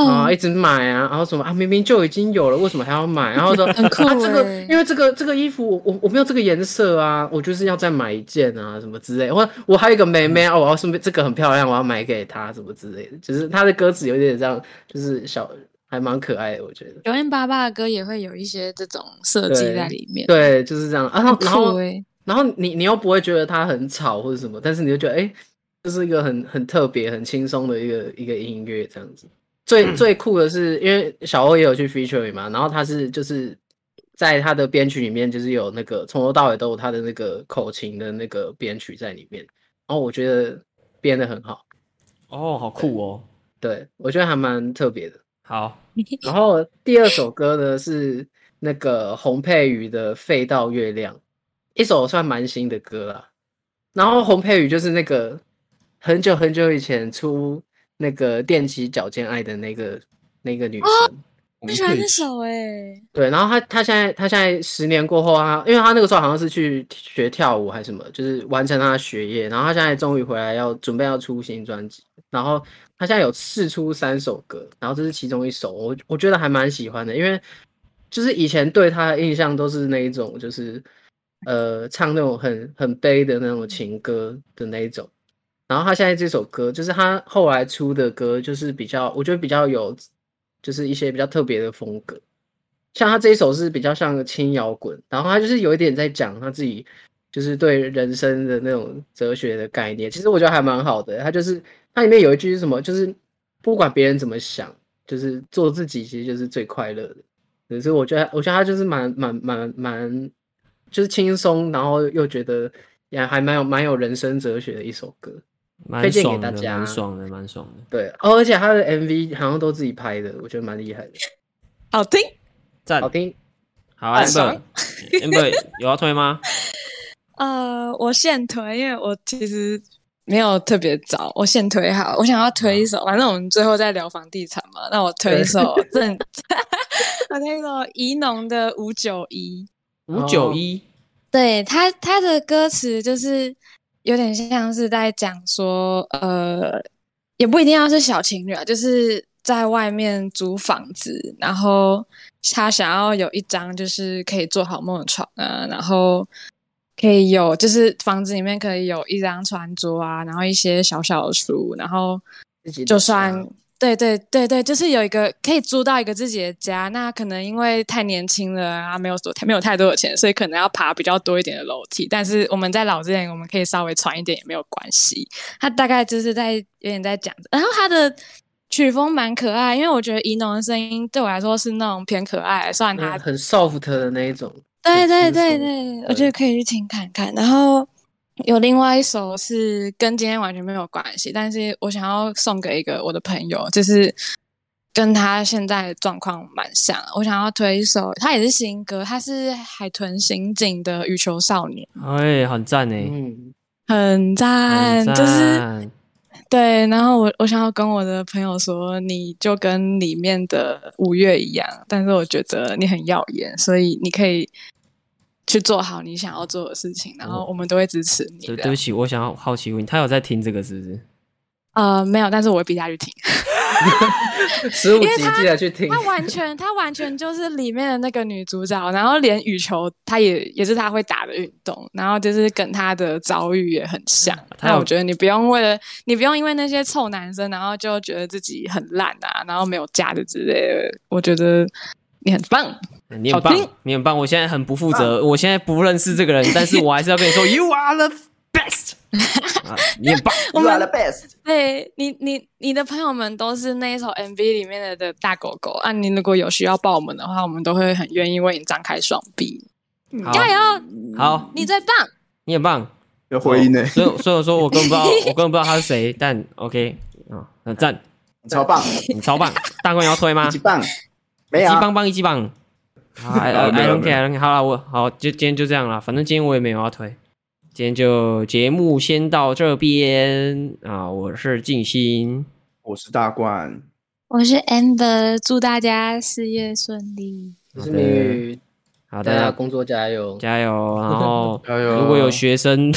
Speaker 2: 啊、
Speaker 3: 哦
Speaker 2: 一，直买啊，然后什么啊，明明就已经有了，为什么还要买？然后说
Speaker 3: 很酷
Speaker 2: 啊，这个
Speaker 3: 欸
Speaker 2: 因为这个这个衣服我我我没有这个颜色啊，我就是要再买一件啊，什么之类。或我还有一个妹妹
Speaker 3: 嗯
Speaker 2: 啊，我要顺便这个很漂亮，我要买给她什么之类的。就是她的歌词有点这样，就是小还蛮可爱的，我觉得。
Speaker 3: 九零八八的歌也会有一些这种设计在里面，
Speaker 2: 对，就是这样。啊、然
Speaker 3: 很
Speaker 2: 后然后
Speaker 3: 酷哎、
Speaker 2: 然后你你又不会觉得它很吵或者什么，但是你就觉得哎、诶这是一个很很特别、很轻松的一个一个音乐这样子。最最酷的是，因为小欧也有去 featuring 嘛，然后他是就是在他的编曲里面，就是有那个从头到尾都有他的那个口琴的那个编曲在里面，然后我觉得编的很好，
Speaker 1: 哦，好酷哦！
Speaker 2: 对我觉得还蛮特别的。
Speaker 1: 好，
Speaker 2: 然后第二首歌呢是那个洪佩瑜的《飞到月亮》，一首算蛮新的歌啦。然后洪佩瑜就是那个很久很久以前出那个踮起脚尖爱的那个那个女生，
Speaker 3: 我喜欢那首哎、
Speaker 2: 对。然后她她现在她现在十年过后啊，因为她那个时候好像是去学跳舞还是什么，就是完成她的学业。然后她现在终于回来要准备要出新专辑，然后他现在有试出三首歌，然后这是其中一首，我我觉得还蛮喜欢的，因为就是以前对他的印象都是那一种，就是呃唱那种很很悲的那种情歌的那一种，然后他现在这首歌就是他后来出的歌，就是比较我觉得比较有就是一些比较特别的风格。像他这一首是比较像个轻摇滚，然后他就是有一点在讲他自己就是对人生的那种哲学的概念。其实我觉得还蛮好的。他就是它里面有一句是什么，就是不管别人怎么想，就是做自己，其实就是最快乐的。可是我觉得，我觉得他就是蛮蛮蛮蛮，就是轻松，然后又觉得也还蛮有蛮有人生哲学的一首歌。
Speaker 1: 蛮
Speaker 2: 推荐给
Speaker 1: 爽的，
Speaker 2: 大家
Speaker 1: 蛮爽的，蛮爽的。
Speaker 2: 对，哦，而且他的 MV 好像都自己拍的，我觉得蛮厉害的，
Speaker 3: 好听。
Speaker 1: 赞
Speaker 2: 好，听。
Speaker 1: 好
Speaker 3: 很爽
Speaker 1: ，amber，amber 有要推吗？
Speaker 3: 呃，我现推，因为我其实没有特别早，我现推好。我想要推一首，反正我们最后再聊房地产嘛，那我推一首正， 我推一首怡农的五九一。
Speaker 1: 五九
Speaker 2: 哦
Speaker 1: 一，
Speaker 3: 对他他的歌词就是有点像是在讲说，呃，也不一定要是小情侣啊，就是在外面租房子，然后他想要有一张就是可以做好梦的床啊，然后可以有就是房子里面可以有一张餐桌啊，然后一些小小的书，然后
Speaker 2: 自己的啊家
Speaker 3: 就算对对对对，就是有一个可以租到一个自己的家。那可能因为太年轻了啊，没有多没有太多的钱，所以可能要爬比较多一点的楼梯。但是我们在老之前，我们可以稍微喘一点也没有关系。他大概就是在有点在讲，然后他的曲风蛮可爱，因为我觉得怡农的声音对我来说是那种偏可爱，虽然
Speaker 2: 嗯
Speaker 3: 他
Speaker 2: 很 soft 的那一种。
Speaker 3: 对对
Speaker 2: 很
Speaker 3: 对
Speaker 2: 轻
Speaker 3: 对，
Speaker 2: 松
Speaker 3: 我觉得可以去听看看。然后有另外一首是跟今天完全没有关系，但是我想要送给一个我的朋友，就是跟他现在的状况蛮像。我想要推一首，他也是新歌，他是海豚刑警的《羽球少年
Speaker 1: 哎，很赞哎，
Speaker 2: 嗯，》，
Speaker 3: 很赞，
Speaker 1: 很
Speaker 3: 嗯就是。
Speaker 1: 赞，
Speaker 3: 对，然后我我想要跟我的朋友说，你就跟里面的五月一样，但是我觉得你很耀眼，所以你可以去做好你想要做的事情，然后我们都会支持你
Speaker 1: 哦对，
Speaker 3: 的
Speaker 1: 对。不起，我想要好奇问你，他有在听这个是不是？
Speaker 3: 呃，没有，但是我会逼他去听。
Speaker 2: 十五
Speaker 3: 因为
Speaker 2: 集
Speaker 3: 他
Speaker 2: 记得去听。
Speaker 3: 他完全，他完全就是里面的那个女主角，然后连羽球，她也也是她会打的运动，然后就是跟她的遭遇也很像。
Speaker 1: 她有
Speaker 3: 那我觉得你不用为了，你不用因为那些臭男生，然后就觉得自己很烂啊，然后没有价值之类的。我觉得你很棒，
Speaker 1: 你很棒
Speaker 3: 好听，
Speaker 1: 你很棒。我现在很不负责，我现在不认识这个人，但是我还是要跟你说，You are the best 啊。你很棒，
Speaker 3: 我
Speaker 4: You
Speaker 3: 们
Speaker 4: are the best。
Speaker 3: 对你，你你的朋友们都是那一首 MV 里面的的大狗狗啊！你如果有需要抱我们的话，我们都会很愿意为你张开双臂，
Speaker 1: 好
Speaker 3: 加油，
Speaker 1: 好，
Speaker 3: 你最棒！
Speaker 1: 你很棒。哦
Speaker 4: 要回应呢、欸
Speaker 1: 所以所以我说我根本不知道，我根本不知道他是谁，但 OK 啊，很赞，
Speaker 4: 超棒，
Speaker 1: 你超棒。大官你要推吗？
Speaker 4: 一级棒，没
Speaker 1: 啊一
Speaker 4: 有啊，
Speaker 1: 棒棒一级棒。好，I
Speaker 4: 好
Speaker 1: I
Speaker 4: 没
Speaker 1: I
Speaker 4: 有
Speaker 1: don't
Speaker 4: 没有
Speaker 1: care，I don't care 好了，我好就今天就这样了，反正今天我也没有要推，今天就节目先到这边啊，我是静心，
Speaker 4: 我是大冠，
Speaker 3: 我是 Amber，祝大家事业顺利。
Speaker 2: 就
Speaker 1: 好
Speaker 2: 是
Speaker 1: 的
Speaker 2: 谜语，
Speaker 1: 好
Speaker 2: 大
Speaker 1: 的，
Speaker 2: 家工作加油。
Speaker 1: 加油！然后
Speaker 2: 加油
Speaker 1: 如果有学 生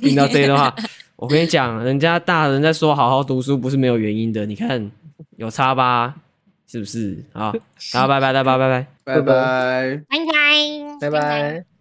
Speaker 1: 听到这里的话，我跟你讲，人家大人在说好好读书不是没有原因的，你看有差吧？是不是？好，大家拜拜，大家拜拜拜拜。
Speaker 2: 拜
Speaker 4: 拜拜。
Speaker 2: 拜。